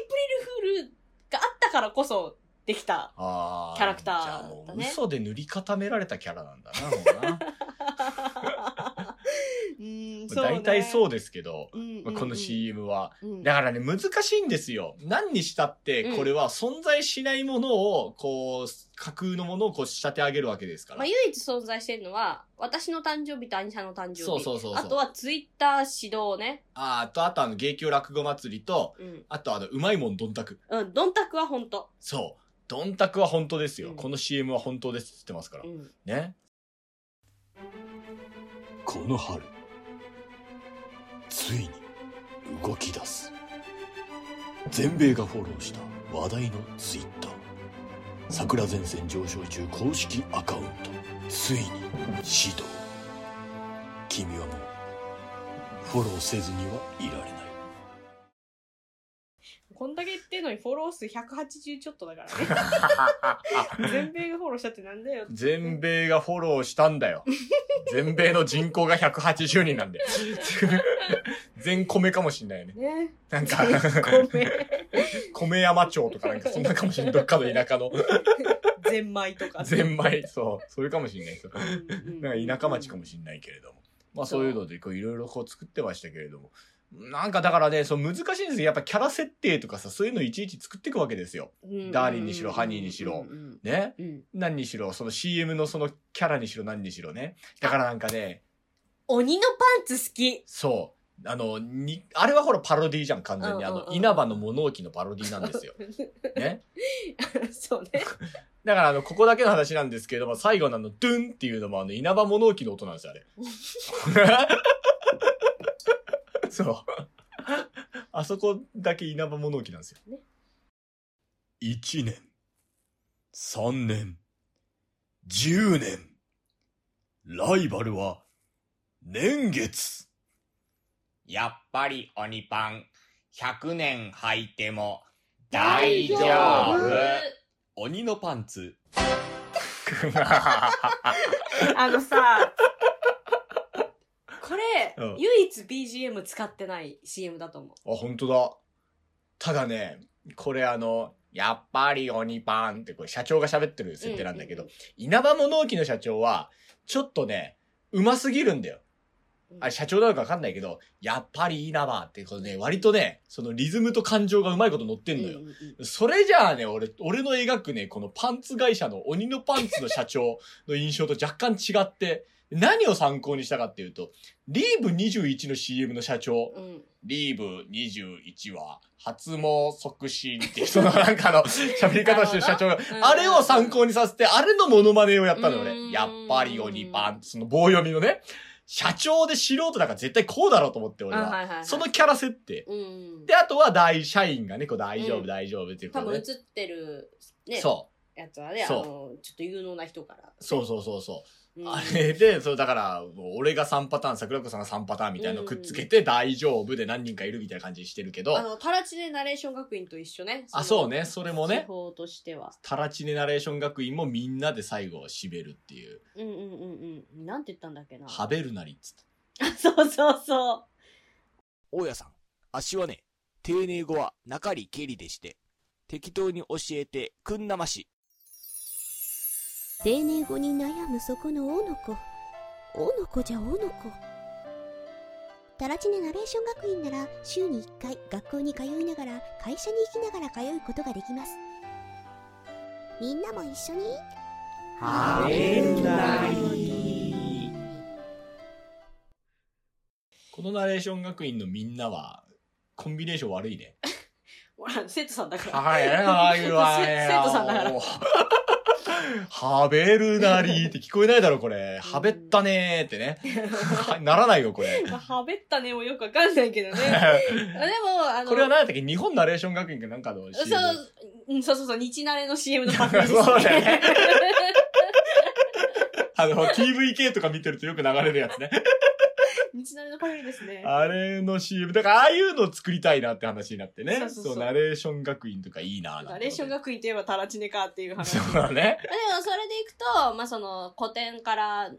リルフールがあったからこそできた。
ああ。
キャラクター
じゃあも
だ
う
ね
嘘で塗り固められたキャラなんだな、もうな。
うん、そう、ね。
大体そうですけど、
うんうんうん。
まあこの CM は。
うん。
だからね、難しいんですよ。何にしたって
うん、
これは存在しないものを、こう、架空のものをこう仕立て上げるわけですから。
まあ、唯一存在してるのは、私の誕生日と兄さんの誕生日。
そうそうそうそう
あとはツイッター指導ね。
ああと、あとあの、芸協落語祭りと、
うん。
あとあの、うまいもんどんたく。
うん、ドンタクは本当。
そう。どんたくは本当ですよ。
うん
この CM は本当ですって言ってますから
う。ん。
ね。
この春ついに動き出す全米がフォローした話題のツイッター桜前線上昇中公式アカウントついに始動君はもうフォローせずにはいられない
こんだけ言ってんのにフォロー数180ちょっとだから ね。全米がフォローしたってなんだよ。
全米がフォローしたんだよ。全米の人口が180人なんで。 全米かもしんないよね。
ね。
なんか、
ごめん。
米山町とかなんかそんなかもしんない。どっかの田 舎の。
ゼンマイとか。
全米、そう。それかもしんないですよ。
うん。
なんか田舎町かも
し
しれないけれども。まあそういうので、こういろいろこう作ってましたけれども。なんかだからね、そう難しいんですよ。やっぱキャラ設定とかさ、そういうのいちいち作っていくわけですよ。
れな
ダーリンにしろハニーにしろ
うん
ね。
うん。
何にしろ、その CM のそのキャラにしろ何にしろね。だからなんかね、
鬼のパンツ好き。
そう。あの、に、あれはほらパロディじゃん、完全に。あ
うんうんう
の、
ん
稲葉の物置のパロディなんですよ。 ね。
そうね。
だからあの、ここだけの話なんですけれども、最後のあの、ドゥンっていうのもあの、稲葉物置の音なんですよ、あれ。 そう。あそこだけ稲葉物置なんですよ。
1年、3年、10年。ライバルは、年月。
やっぱり鬼パン、100年履いても
大
大丈夫。鬼のパンツ。
あのさ、これ、
うん
唯一 BGM 使ってない CM だと思う。
あ、本当だ。ただね、これあの、やっぱり鬼パンってこれ社長が喋ってる設定なんだけど、
うん
稲葉物置の社長は、ちょっとね、うますぎるんだよ。
うん
あれ社長なのかわかんないけど、やっぱり稲葉ってこうね、割とね、そのリズムと感情がうまいこと乗ってんのよ
う。んうんうん
それじゃあね、俺、俺の描くね、このパンツ会社の鬼のパンツの社長の印象と若干違って、何を参考にしたかっていうと、リーブ21の CM の社長、
うん
リーブ21は、発毛促進っていう、そのな んかあの、喋り方をしてる社長が、
うん
あれを参考にさせて、あれのモノマネをやったのよ
う
ね。
ん
やっぱり鬼パン、その棒読みのね、社長で素人だから絶対こうだろうと思って、俺
あ
は。
はいはいはい
そのキャラ設定。
うん
で、あとは大社員がね、こう大丈
う
夫
ん
大丈夫っていうこ
多
と
分映
で
っ。てる、ね、
そう。
やつはね、あ
そう
の、ちょっと有能な人から。
そうそうそうそう。
うん
あれで、そう、だから、もう俺が3パターン、桜子さんが3パターンみたいなのくっつけて、大丈夫で何人かいるみたいな感じにしてるけ ど
あ、の、タラチネナレーション学院と一緒ね。
あ
の
そうねそれもね
手法としては。
タラチネナレーション学院もみんなで最後締めるっていう、
うんうんうんうん。なんて言ったんだっけな。
ハベルなりっつって。
そうそうそう。
大家さん、あっしはね、丁寧語は中里けりでして、適当に教えてくんなまし。
丁寧語に悩むそこの王の子王の子じゃ王の子タラチネナレーション学院なら週に1回学校に通いながら会社に行きながら通うことができますみんなも一緒に
は
べるな
り。
このナレーション学院のみんなは、コンビネーション悪いね。
ほら、生徒さんだから。
はい、ああいうわ
生徒さんだから。
もうはべるなりって聞こえないだろ、これ。はべったねーってね。は ならないよ、これ。
まあ、はべったねもよくわかんないけどね。 でも、あの、
これは何だったっけ日本ナレーション学院かなんかの CM
そう、うんそうそうそう、日慣れの CM のパッケージです
そうだよねあの、TVK とか見てるとよく流れるや つね。
日慣れのパッケージですね。
あれの CM。だから、ああいうのを作りたいなって話になってね。そ
そううそうそう
ナレーション学院とかいいななんて
ナレーション学院といえばタラチネかっていう話。
そう
まあ
だね。
でもそれでいくと、まあ、その古典から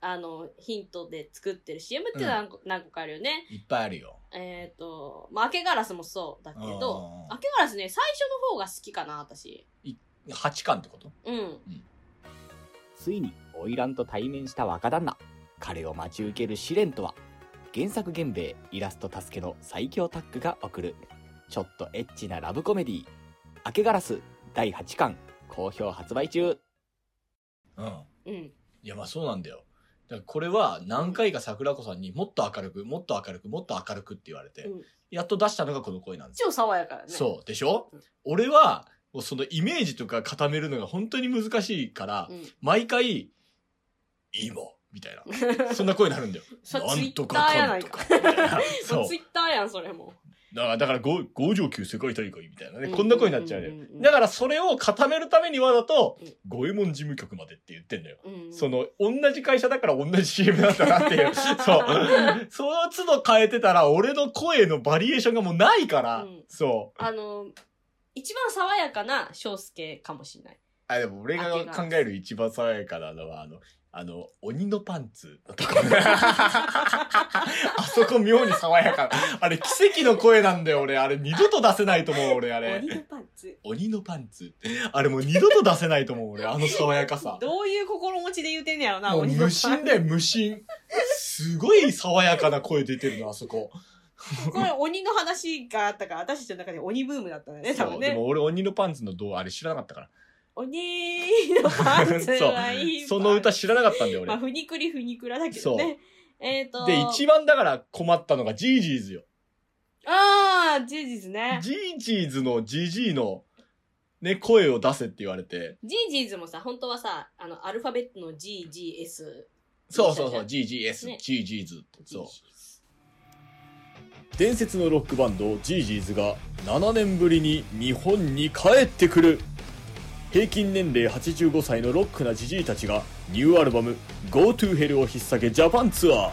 あのヒントで作ってる CM っていうのは何個,、何個かあるよね。
いっぱいあるよ。
えっ、と、まあ、明けガラスもそうだけど、
うん
明けガラスね、最初の方が好きかな、私。
八巻ってこと
うん。
ついに花魁と対面した若旦那彼を待ち受ける試練とは原作源兵衛イラスト助けの最強タッグが送るちょっとエッチなラブコメディ「明けガラス」第8巻好評発売中
うん。
うん。
いや、まあそうなんだよ。だからこれは何回か桜子さんにもっと明るく、もっと明るく、もっと明るくって言われて、
うん
やっと出したのがこの声なんですよ。
超爽やかだね。
そう。でしょ、
うん
俺は、もうそのイメージとか固めるのが本当に難しいから、
うん。。
毎回、今、みたいな。 そんな声になるんだよ
それ
なんとかかんとか。みたいな
も
そうう
ツイ。ッターやん、それも。
だから、だから五五条級世界大会みたいなね。
うん
こんな声になっちゃうよ
うんうんうんうん。
だから、それを固めるためにはだと
うん、
五右衛門事務局までって言ってんだよ。
うん。
その、同じ会社だから同じ CM なんだなって いう。 そう。その都度変えてたら、俺の声のバリエーションがもうないから、
うん
そう。
あの、一番爽やかな翔介かもしれない。
あ、でも俺が
明けが
考える一番爽やかなのは、あの、あの、鬼のパン ツのとこあそこ妙に爽やか。あれ奇跡の声なんだよ、俺。あれ二度と出せないと思う、俺、あれ
鬼。のパンツ。
鬼のパンツ。あれもう二度と出せないと思う、俺。あの爽やかさ。
どういう心持ちで言うてんねやろな、
もう
鬼のパ
無
ンツ。
心だよ、無心。すごい爽やかな声出てるの、あそこ。
これ鬼の話があったから、私たちの中で鬼ブームだったんだよね、多
そう
分
で
ね。
も俺、鬼のパンツの動画、あれ知らなかったから。
鬼のパン ツはいい
そうその歌知らなかったんだよ、
まあ、ふ
俺。
にくりふにくらだけどね。えっ、と。
で、一番だから困ったのがジージーズよ。
ああ、ジージーズね。
ジージーズのジジイの、ね、声を出せって言われて。
ジージーズもさ、本当はさ、あの、アルファベットの GGS。
そうそうそう、
ね
GGS、ジージーズって。そう。
う。
伝説のロックバンドジージーズが7年ぶりに日本に帰ってくる平均年齢85歳のロックなジジイたちがニューアルバム「GoToHell」を引っ提げジャパンツア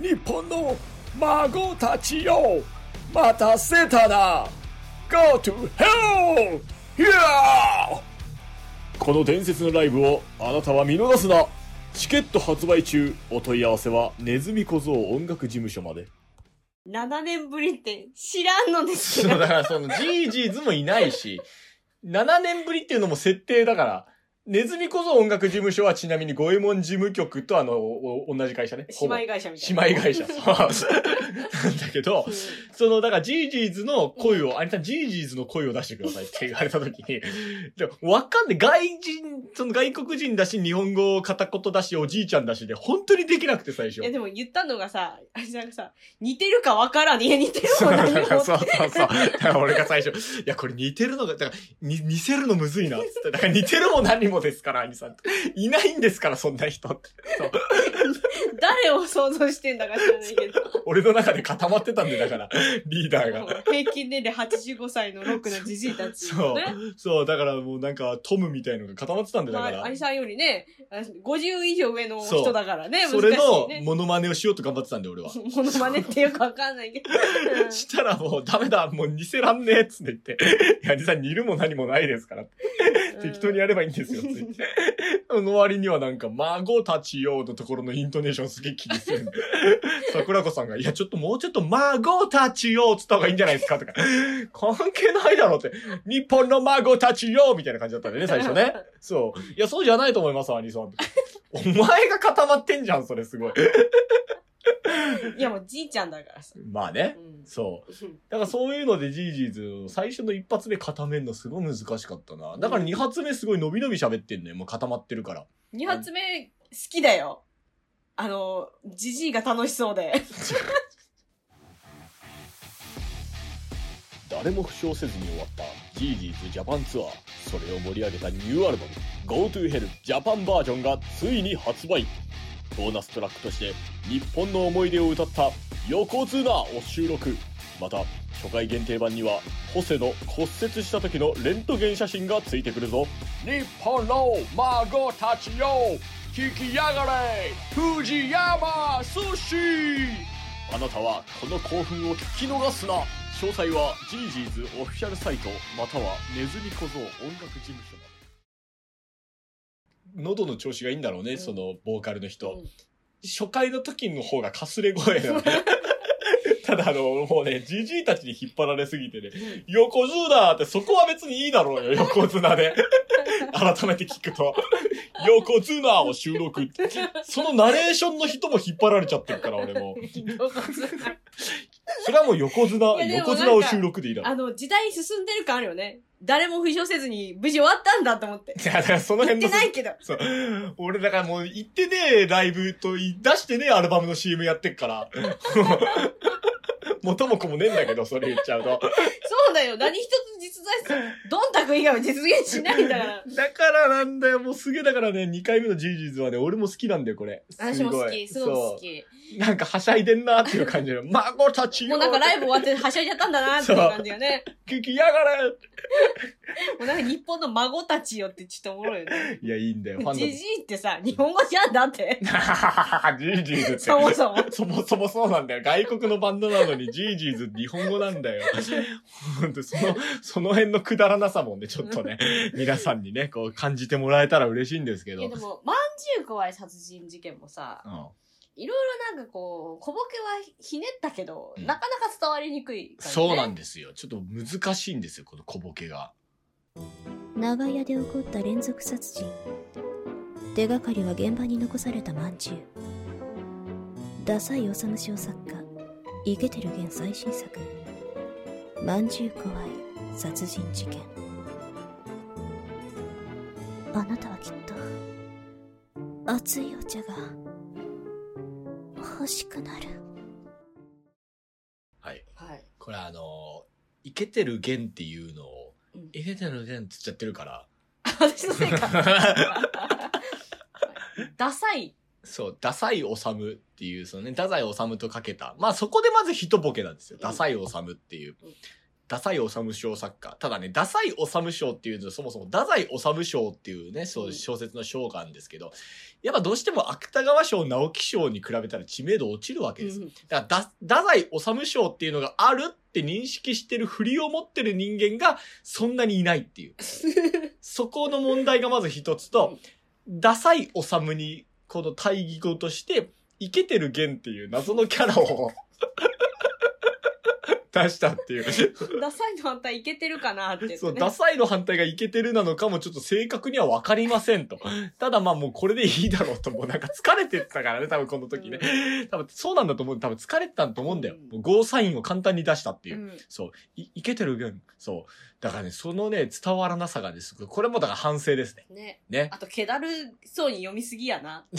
ー日本の孫たちよ待たせたな GoToHell! いやーこの伝説のライブをあなたは見逃すなチケット発売中お問い合わせはネズミ小僧音楽事務所まで
7年ぶりって知らんのですけ
そう、
ど。
だからそのジージーズもいないし、7年ぶりっていうのも設定だから、ネズミ小僧音楽事務所はちなみに五右衛門事務局とあの、おお同じ会社ね。
姉
ほぼ
妹会社みた
姉
い
妹
な。
会社。そうなんだけど、その、だから、ジージーズの声を、あれさん、ジージーズの声を出してくださいって言われた時に、でもわかんない。外人、その外国人だし、日本語片言だし、おじいちゃんだしで、本当にできなくて最初
いや。でも言ったのがさ、あれなんかさ、似てるかわからん。いや、似てる
そ
も
う
ん
そう
何
そう
も。
そう。だから俺が最初、いや、これ似てるのが、だから、に似せるのむずいな、つって。だから似てるも何もですから、兄さん。いないんですから、そんな人って。そう
誰を想像してんだか知らないけど。
俺の中で固まってたんで、だから、リーダーが。
平均年齢85歳のロックなじじいたち、ね。
そう。そう、だからもうなんか、トムみたいのが固まってたんで、だ
ま
から。
あ、アリさんよりね、あ50以上上の人だからね、
そ
難しい
れの
ね。
モノマネをしようと頑張ってたんで、俺は。
ものまねってよくわかんないけど。うん
したらもうダメだ、もう似せらんねえっつって言って、いや、実際似るも何もないですから、 適当にやればいいんですよ、つって言って。その割にはなんか、孫たちよのところのイントネーションすげえ気にするんで。桜子さんが、いや、ちょっともうちょっと孫たちよっつった方がいいんじゃないですか、とか。関係ないだろうって。日本の孫たちよみたいな感じだったんだよね、最初ね。そう。いや、そうじゃないと思います、アニさん。お前が固まってんじゃん、それすごい。
いや、もうじいちゃんだからさ。
まあね
う。ん
そう。だからそういうのでジージーズを最初の一発目固めるのすごい難しかったな。だから二発目すごい伸び伸び喋ってんのよ。もう固まってるから。
二発目、好きだよ。あの、じじいが楽しそうで。
ダ誰も負傷せずに終わったジージーズジャパンツアーそれを盛り上げたニューアルバム「GoToHell ジャパンバージョン」がついに発売ボーナストラックとして日本の思い出を歌った「横綱」を収録また初回限定版にはホセの骨折した時のレントゲン写真がついてくるぞ日本の孫たちよ聞きやがれ藤山寿司あなたはこの興奮を聞き逃すな詳細はジージーズオフィシャルサイトまたはネズミ小僧音楽事務所まで
喉の調子がいいんだろうね、そのボーカルの人、
うん
初回の時の方がかすれ声なのただあの、もうね、じじいたちに引っ張られすぎてね、横綱ってそこは別にいいだろうよ、横綱で。 改めて聞くと、横綱を収録。そのナレーションの人も引っ張られちゃってるから、俺も。それはもう横綱、
いやでもなんか
横綱を収録でいいだろう。
あの、時代進んでる感あるよね。誰も負傷せずに無事終わったんだと思って。
いや、だからその
言
辺
って
の
ないけど。
そう。俺だからもう行ってね、ライブとい出してね、アルバムの CM やってっから。 元も子もねえんだけど、それ言っちゃうと。
そうだよ。何一つ実在する。どんたく以外は実現しないんだから。
だからなんだよ、もうすげえだからね、2回目のジージーズはね、俺も好きなんだよ、これ。
私も好
い
き。すごく好き。
そうなんかはしゃいでんなっていう感じの、孫たちよ
もうなんかライブ終わってはしゃいじゃったんだなっていう感じよね。
聞きやがれ
もうなんか日本の孫たちよってちょっとおもろいよね。
いや、いいんだよ、ファンの。
じじいってさ、日本語じゃんだって。
ジージーズって。
そもそも。
そもそもそうなんだよ。外国のバンドなのに、ジージーズ日本語なんだよ。ほんとその、その辺のくだらなさもね、ちょっとね、皆さんにね、こう感じてもらえたら嬉しいんですけ
い
ど。
やでも、まんじゅう怖い殺人事件もさ、
うん
いろいろなんかこう、小ボケはひねったけど、なかなか伝わりにくい、
そうなんんですよ。ちょっと難しいんですよ、この小ボケが。
長屋で起こった連続殺人手がかりは現場に残されたまんじゅうダサい幼虫作家イケてる現最新作「まんじゅう怖い殺人事件」あなたはきっと熱いお茶が欲しくなる
はい。
はい。
これあのー、イケてる弦っていうのを
うん、
イケてる弦って言っちゃってるから、
私のせいか。ダサい。
そう、ダサいおさむっていう、そのね、ダサいおさむとかけた。まあそこでまず一ボケなんですよ。ダサいおさむっていう
うん。
ダサいおさむ賞作家。ただね、ダサいおさむ賞っていうのはそもそもダサいおさむ賞っていうね、そううん小説の賞があるんですけど、やっぱどうしても芥川賞、直木賞に比べたら知名度落ちるわけですよだから、だ、太宰治賞っていうのがあるって認識してるふりを持ってる人間がそんなにいないって いう。そこの問題がまず一つと、ダサい治に、この対義語として、イケてる弦っていう謎のキャラを 出したっていう。
ダサいの反対いけてるかなって、ね。
そう、ダサいの反対がイケてるなのかもちょっと正確にはわかりませんと。ただまあもうこれでいいだろうと、もうなんか疲れてたからね、多分この時ね。多分そうなんだと思う。多分疲れてたと思うんだよ。もうゴーサインを簡単に出したっていうう。
ん。
そう。い、いけてる分。そう。だからね、そのね、伝わらなさがですごい。これもだから反省ですね。
ね。
ね。
あと、気だるそうに読みすぎやな。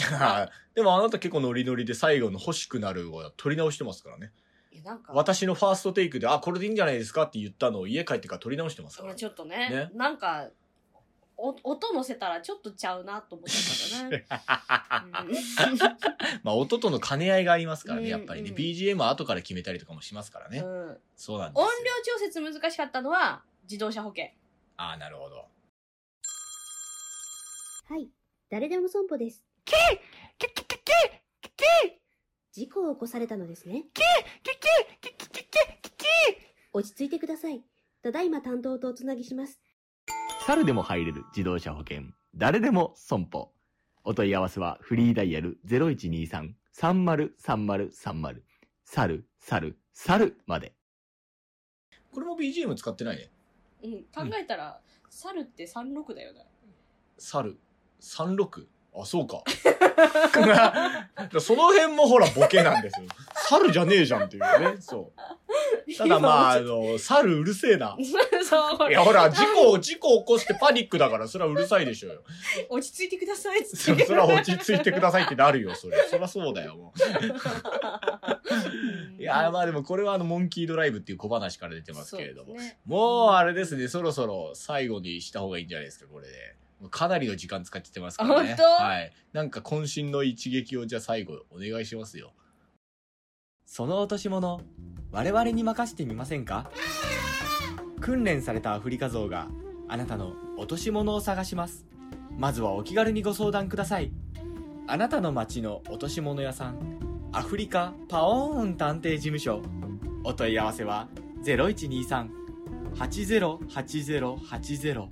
でもあなた結構ノリノリで最後の欲しくなるを取り直してますからね。
いやなんか、
私のファーストテイクで、あ、これでいいんじゃないですかって言ったのを家帰ってから取り直してますか
これ
らね。
ちょっとね、
ね
なんか、お音乗せたらちょっとちゃうなと思ったからね。
まあ音との兼ね合いがありますから
うん
ね、やっぱりね。
うん
BGM は後から決めたりとかもしますから
うん
ね。
うん
そうなんです
音
よ
量。調節難しかったのは自動車保険。
ああ、なるほど。
はい、誰でも損保です。事故を起こされたのですね。落ち着いてください。ただいま担当とおつなぎします。
猿でも入れる自動車保険。誰でも損保。お問い合わせはフリーダイヤル0123-303030。猿、猿、猿まで。
これも BGM 使ってないね。
うん、考えたら、猿って36だよな。
猿。36? あ、そ うか。その辺もほらボケなんですよ。猿じゃねえじゃんっていうね。そう。ただまあ、あの、猿うるせえな。
そうこ
い
れ
や、ほら、事故、事故起こしてパニックだから、それはうるさいでしょうよ。
落ち着いてくださいっつ
そ
って
そら落ち着いてくださいってなるよ、それ。そらそうだよ、もう。いや、まあでもこれはあの、モンキードライブっていう小話から出てますけれども。
そうですね
もう、あれですね、そろそろ最後にした方がいいんじゃないですか、これで。もうかなりの時間使っちゃってますからね。
本当
はい。なんか渾身の一撃をじゃあ最後お願いしますよ。
その落とし物我々に任せてみませんか訓練されたアフリカゾウがあなたの落とし物を探しますまずはお気軽にご相談くださいあなたの町の落とし物屋さんアフリカパオーン探偵事務所お問い合わせは0123-808080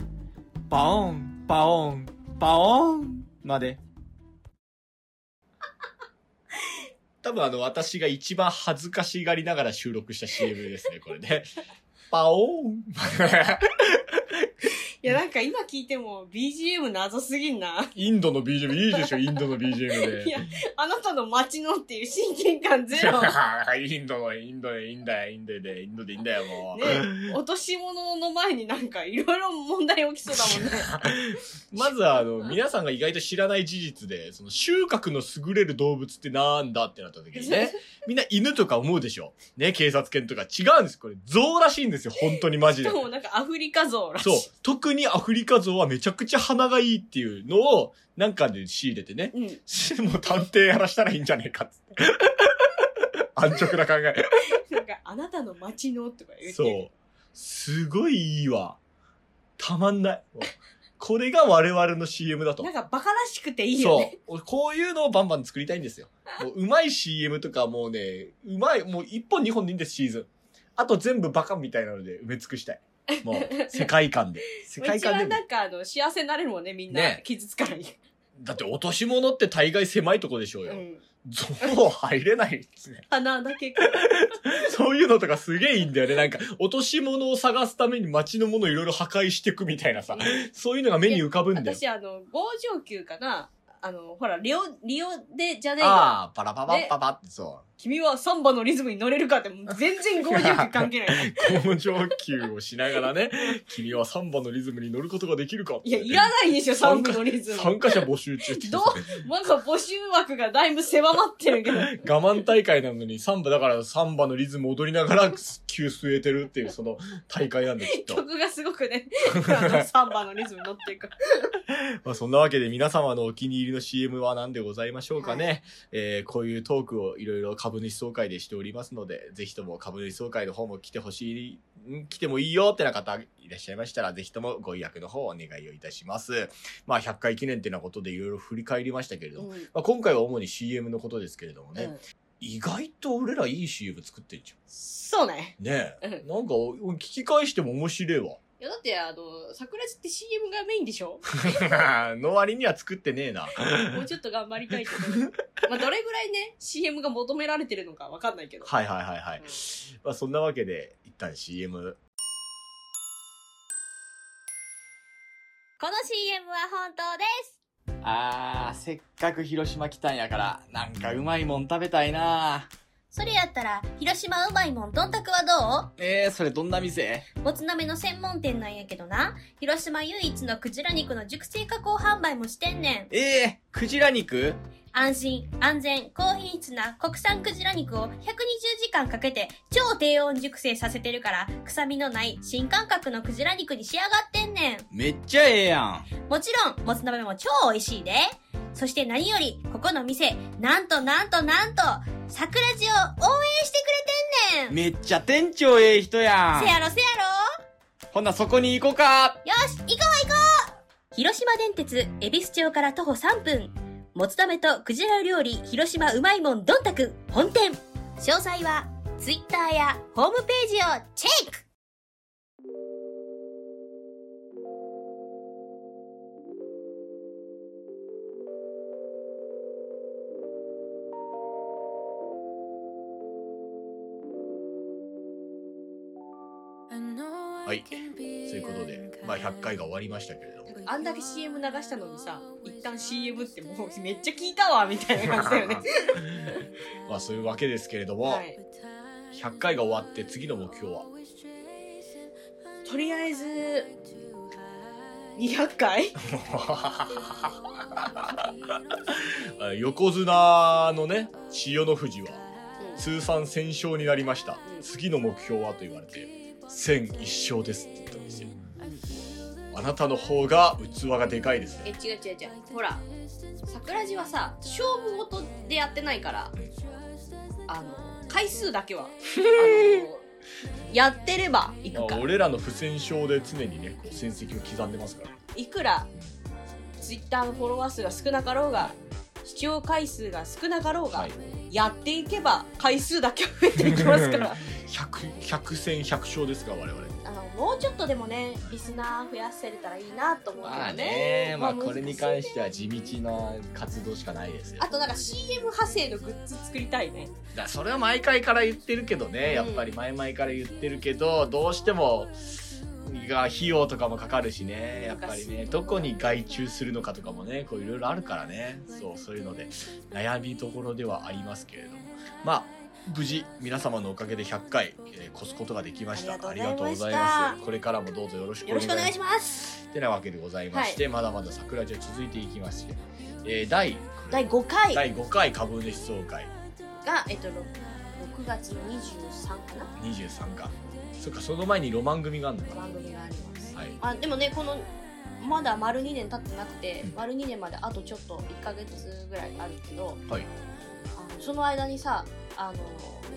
パオーンパオーンパオーンまで
多分あの、私が一番恥ずかしがりながら収録した CM ですね、これ ね。パオーン
いやなんか今聞いても BGM 謎すぎんな。
インドの BGM、いいでしょ、インドの BGM で。
いやあなたの街のっていう親近感ゼロ。
インドの、インドで、インドや、インドで、インドでいいんだよ、もう。
ね、落とし物の前になんかいろいろ問題起きそうだもんね。
まずは、あの、皆さんが意外と知らない事実で、その、収穫の優れる動物ってなんだってなっ た時にね、みんな犬とか思うでしょ。ね、警察犬とか違うんです。これ、象らしいんですよ、本当にマジ
し
で
か。もなんかアフリカ像らしい。
そう。特にアフリカ象はめちゃくちゃ鼻がいいっていうのを、なんかで仕入れてね、
うん。
もう探偵やらしたらいいんじゃねえかっつって。 安直な考え。
なんかあなたの街のとか言って。
そう。すごいいいわ。たまんない。これが我々の CM だと
なん。かバカらしくていいよ
そ
ね。
う。俺こういうのをバンバン作りたいんですよ。もううまい CM とかもうね、うまい、もう1本2本でいいんです、シーズン。あと全部バカみたいなので埋め尽くしたい。も う、世界観で。世界
一
観で
番
も
な。んかあの幸せになれるもんね、みんな。
ね
傷つかない。
だって落とし物って大概狭いとこでしょう
う
よ。
ん。
ゾウ入れないですね。
鼻だけか。
そういうのとかすげえいいんだよね。なんか、落とし物を探すために街のものをいろいろ破壊していくみたいなさ。そういうのが目に浮かぶんだよ。
私あの、五上級かな。あの、ほら、リオ、リオでじゃねえよ。
ああ、パラパパッパパってそ
君はサンバのリズムに乗れるかって、もう全然五上級関係ない。
う。高上級をしながらね、君はサンバのリズムに乗ることができるかって
いや、いらないでしょ、サンバのリズム。
参加者募集中って
どう、なんか募集枠がだいぶ狭まってるけ ど。
我慢大会なのに、サンバ、だからサンバのリズム踊りながら、急据えてるっていう、その大会なんで、きっと。
曲がすごくね、 あの、サンバのリズムに乗っていく。
まあそんなわけで皆様のお気に入りの CM は何でございましょうかね。えーこういうトークをいろいろ株主総会でしておりますので、ぜひとも株主総会の方も来てほしい、ん来てもいいよってな方いらっしゃいましたら、ぜひともご予約の方をお願いをいたします。まあ100回記念ってなことでいろいろ振り返りましたけれども、まあ、今回は主に CM のことですけれどもね、
うん
意外と俺らいい CM 作ってんじ
そうね。
ゃん。ねえ。
う
なんかお聞き返しても面白いわ。
いや、だって、あの、桜地って CM がメインでし ょ
の割には作ってねえな。
もうちょっと頑張りたいけど。まあ、どれぐらいね、CM が求められてるのかわかんないけど。
はいはいはいはい。
うん
まあそんなわけで、一旦 CM。
この CM は本当です
あー、せっかく広島来たんやから、なんかうまいもん食べたいな
それやったら、広島うまいもんどんたくは
えー、それどんな店
どうもつ鍋の専門店なんやけどな、広島唯一のクジラ肉の熟成加工販売もしてんねん。
ええー、クジラ肉
安心、安全、高品質な国産クジラ肉を120時間かけて超低温熟成させてるから、臭みのない新感覚のクジラ肉に仕上がってんねん。
めっちゃええやん。
もちろん、もつ鍋も超美味しいで。そして何より、ここの店、なんとなんとなんと、桜地を応援してくれてんねん
めっちゃ店長ええ人や
せ
ん。
やろせや
ほなそこに行こうか。
ろよし、行こう行こう広島電鉄、恵比寿町から徒歩3分。もつ鍋とクジラ料理、広島うまいもんどんたく、本店。詳細は、ツイッターやホームページをチェック
はい。ということで、まあ100回が終わりましたけれども。
あんだけ CM 流したのにさ、一旦 CM ってもうめ っちゃ聞いたわ、みたいな感じだよね。
まあそういうわけですけれども、
はい
100回が終わって次の目標は
とりあえず200回
あ横綱のね千代の富士は通算1000勝になりました次の目標はと言われて1001勝ですって言ったんですよあなたの方が器がでかいですね
え違う違う違うほら桜地はさ勝負事でやってないからあの回数だ けはあのやってればいく
まあ
か
俺らの不戦勝で常にねこう戦績を刻んでますから
いくらツイッターのフォロワー数が少なかろうが視聴回数が少なかろうが、
はい
やっていけば回数だけは増えていきますから
100, 100戦100勝ですから我々
あのもうちょっとでもねリスナー増やせれたらいいなと思うけどね,、
まあねまあ
難しい
これに関しては地道な活動しかないですよ
あとなんか CM 派生のグッズ作りたいね
だそれは毎回から言ってるけどね、
うん
やっぱり前々から言ってるけどどうしてもが費用とかもかかるしねやっぱりねどこに外注するのかとかもねこういろいろあるからねそうそういうので
悩みどころではありますけれどもまあ無事皆様のおかげで100回、えー越すことができました
ありがとうございました
これからもどうぞよろしくお
よ
願
ろ
い
し
し
くお
ま
願い
す
します
てなわけでございまして、まだまだ桜地は続いていきまして、えー第
第5回が、
第5回株主総会
えっと 6, 6月の23かな
23巻そっかその前にロマン組があるのか
番組があります
なはい
あでもねこのまだ丸2年経ってなくて、
うん
丸2年まであとちょっと1ヶ月ぐらいあるけど、
はい
あのその間にさあの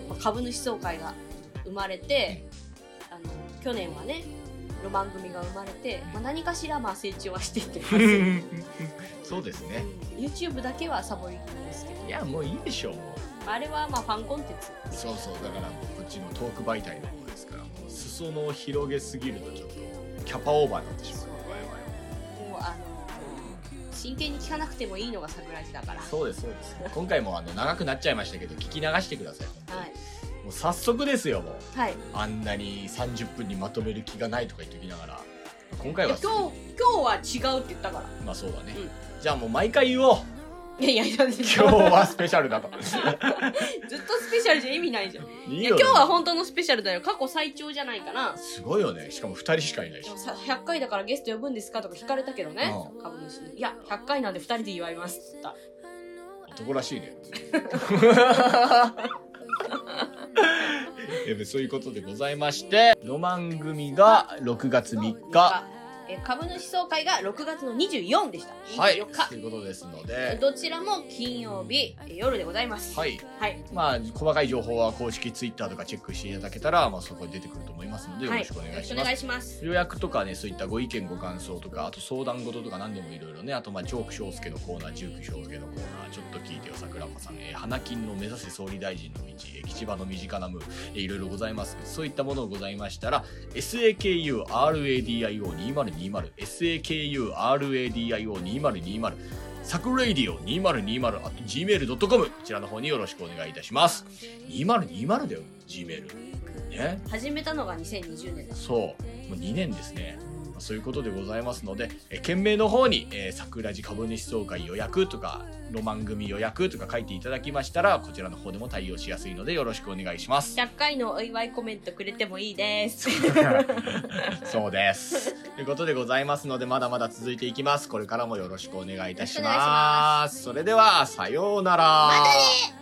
まあ株主総会が生まれて、あの去年はねロマン組が生まれて、まあ、何かしらまあ成長はしていってます、うん、
そうですね
YouTube だけはサボりですけど
いやもういいでしょうも
あれはまあファンコンテンツ
うそうそうだからこっちのトーク媒体の方ですからもう裾野を広げすぎるとちょっとキャパオーバーになってしまう我々
もう
は
あの真剣に聞かなくてもいいのが桜地だからは
そうですそうです今回もあの長くなっちゃいましたけど聞き流してください
い
もう早速ですよもう
はい
あんなに30分にまとめる気がないとか言っときながら今回
い
は
や今日今日は違うって言ったから
まあそうだね、
う
じゃあもう毎回言おう
いやいやいや今日
今日はスペシャル だと
ずっとスペシャルじゃ意味ないじゃん。
い
い
い
や
よ
今日は本当のスペシャルだよ。過去最長じゃないかな。
すごいよねしかも2人しかいない
で
し
もさ100回だからゲスト呼ぶんですかとか聞かれたけどね
う、
株主に。いや、100回なんで2人で祝いますって言った。
男らしいね いやそういうことでございましてロマン組が6月3日
え株主総会が6月の24でした。
はい
24日
と。いうことですので
どちらも金曜日え夜でございます。
はい
はい。
まあ、細かい情報は公式ツイッターとかチェックしていただけたら、まあ、そこに出てくると思いますので、よ
は
ろ
い。
しくお願いし
よろ
ます。
します。
予約とかね、そういったご意見、ご感想とか、あと相談事とか何でもいろいろね、あとまあ、ジョーク翔介のコーナー、ジューク翔介のコーナー、ちょっと聞いてよ、桜間さん、えー花金の目指せ総理大臣の道、えー吉場の身近なムー、えーいろいろございます。そういったものございましたら、SAKURADIO2020、SAKURADIO2020、サクレイディオ2020、あと gmail.com、こちらの方によろしくお願いいたします。2020だよ、gmail。ね。
始めたのが2020年だ。
そう、もう2年ですね。まあそういうことでございますので、え件名の方に、えー桜地株主総会予約とか、ロマン組予約とか書いていただきましたら、こちらの方でも対応しやすいのでよろしくお願いします。
100回のお祝いコメントくれてもいいです。
そうです。ということでございますので、まだまだ続いていきます。これからもよろしくお願いいたし
よろしくお願いし
ます。それでは、さようなら。またね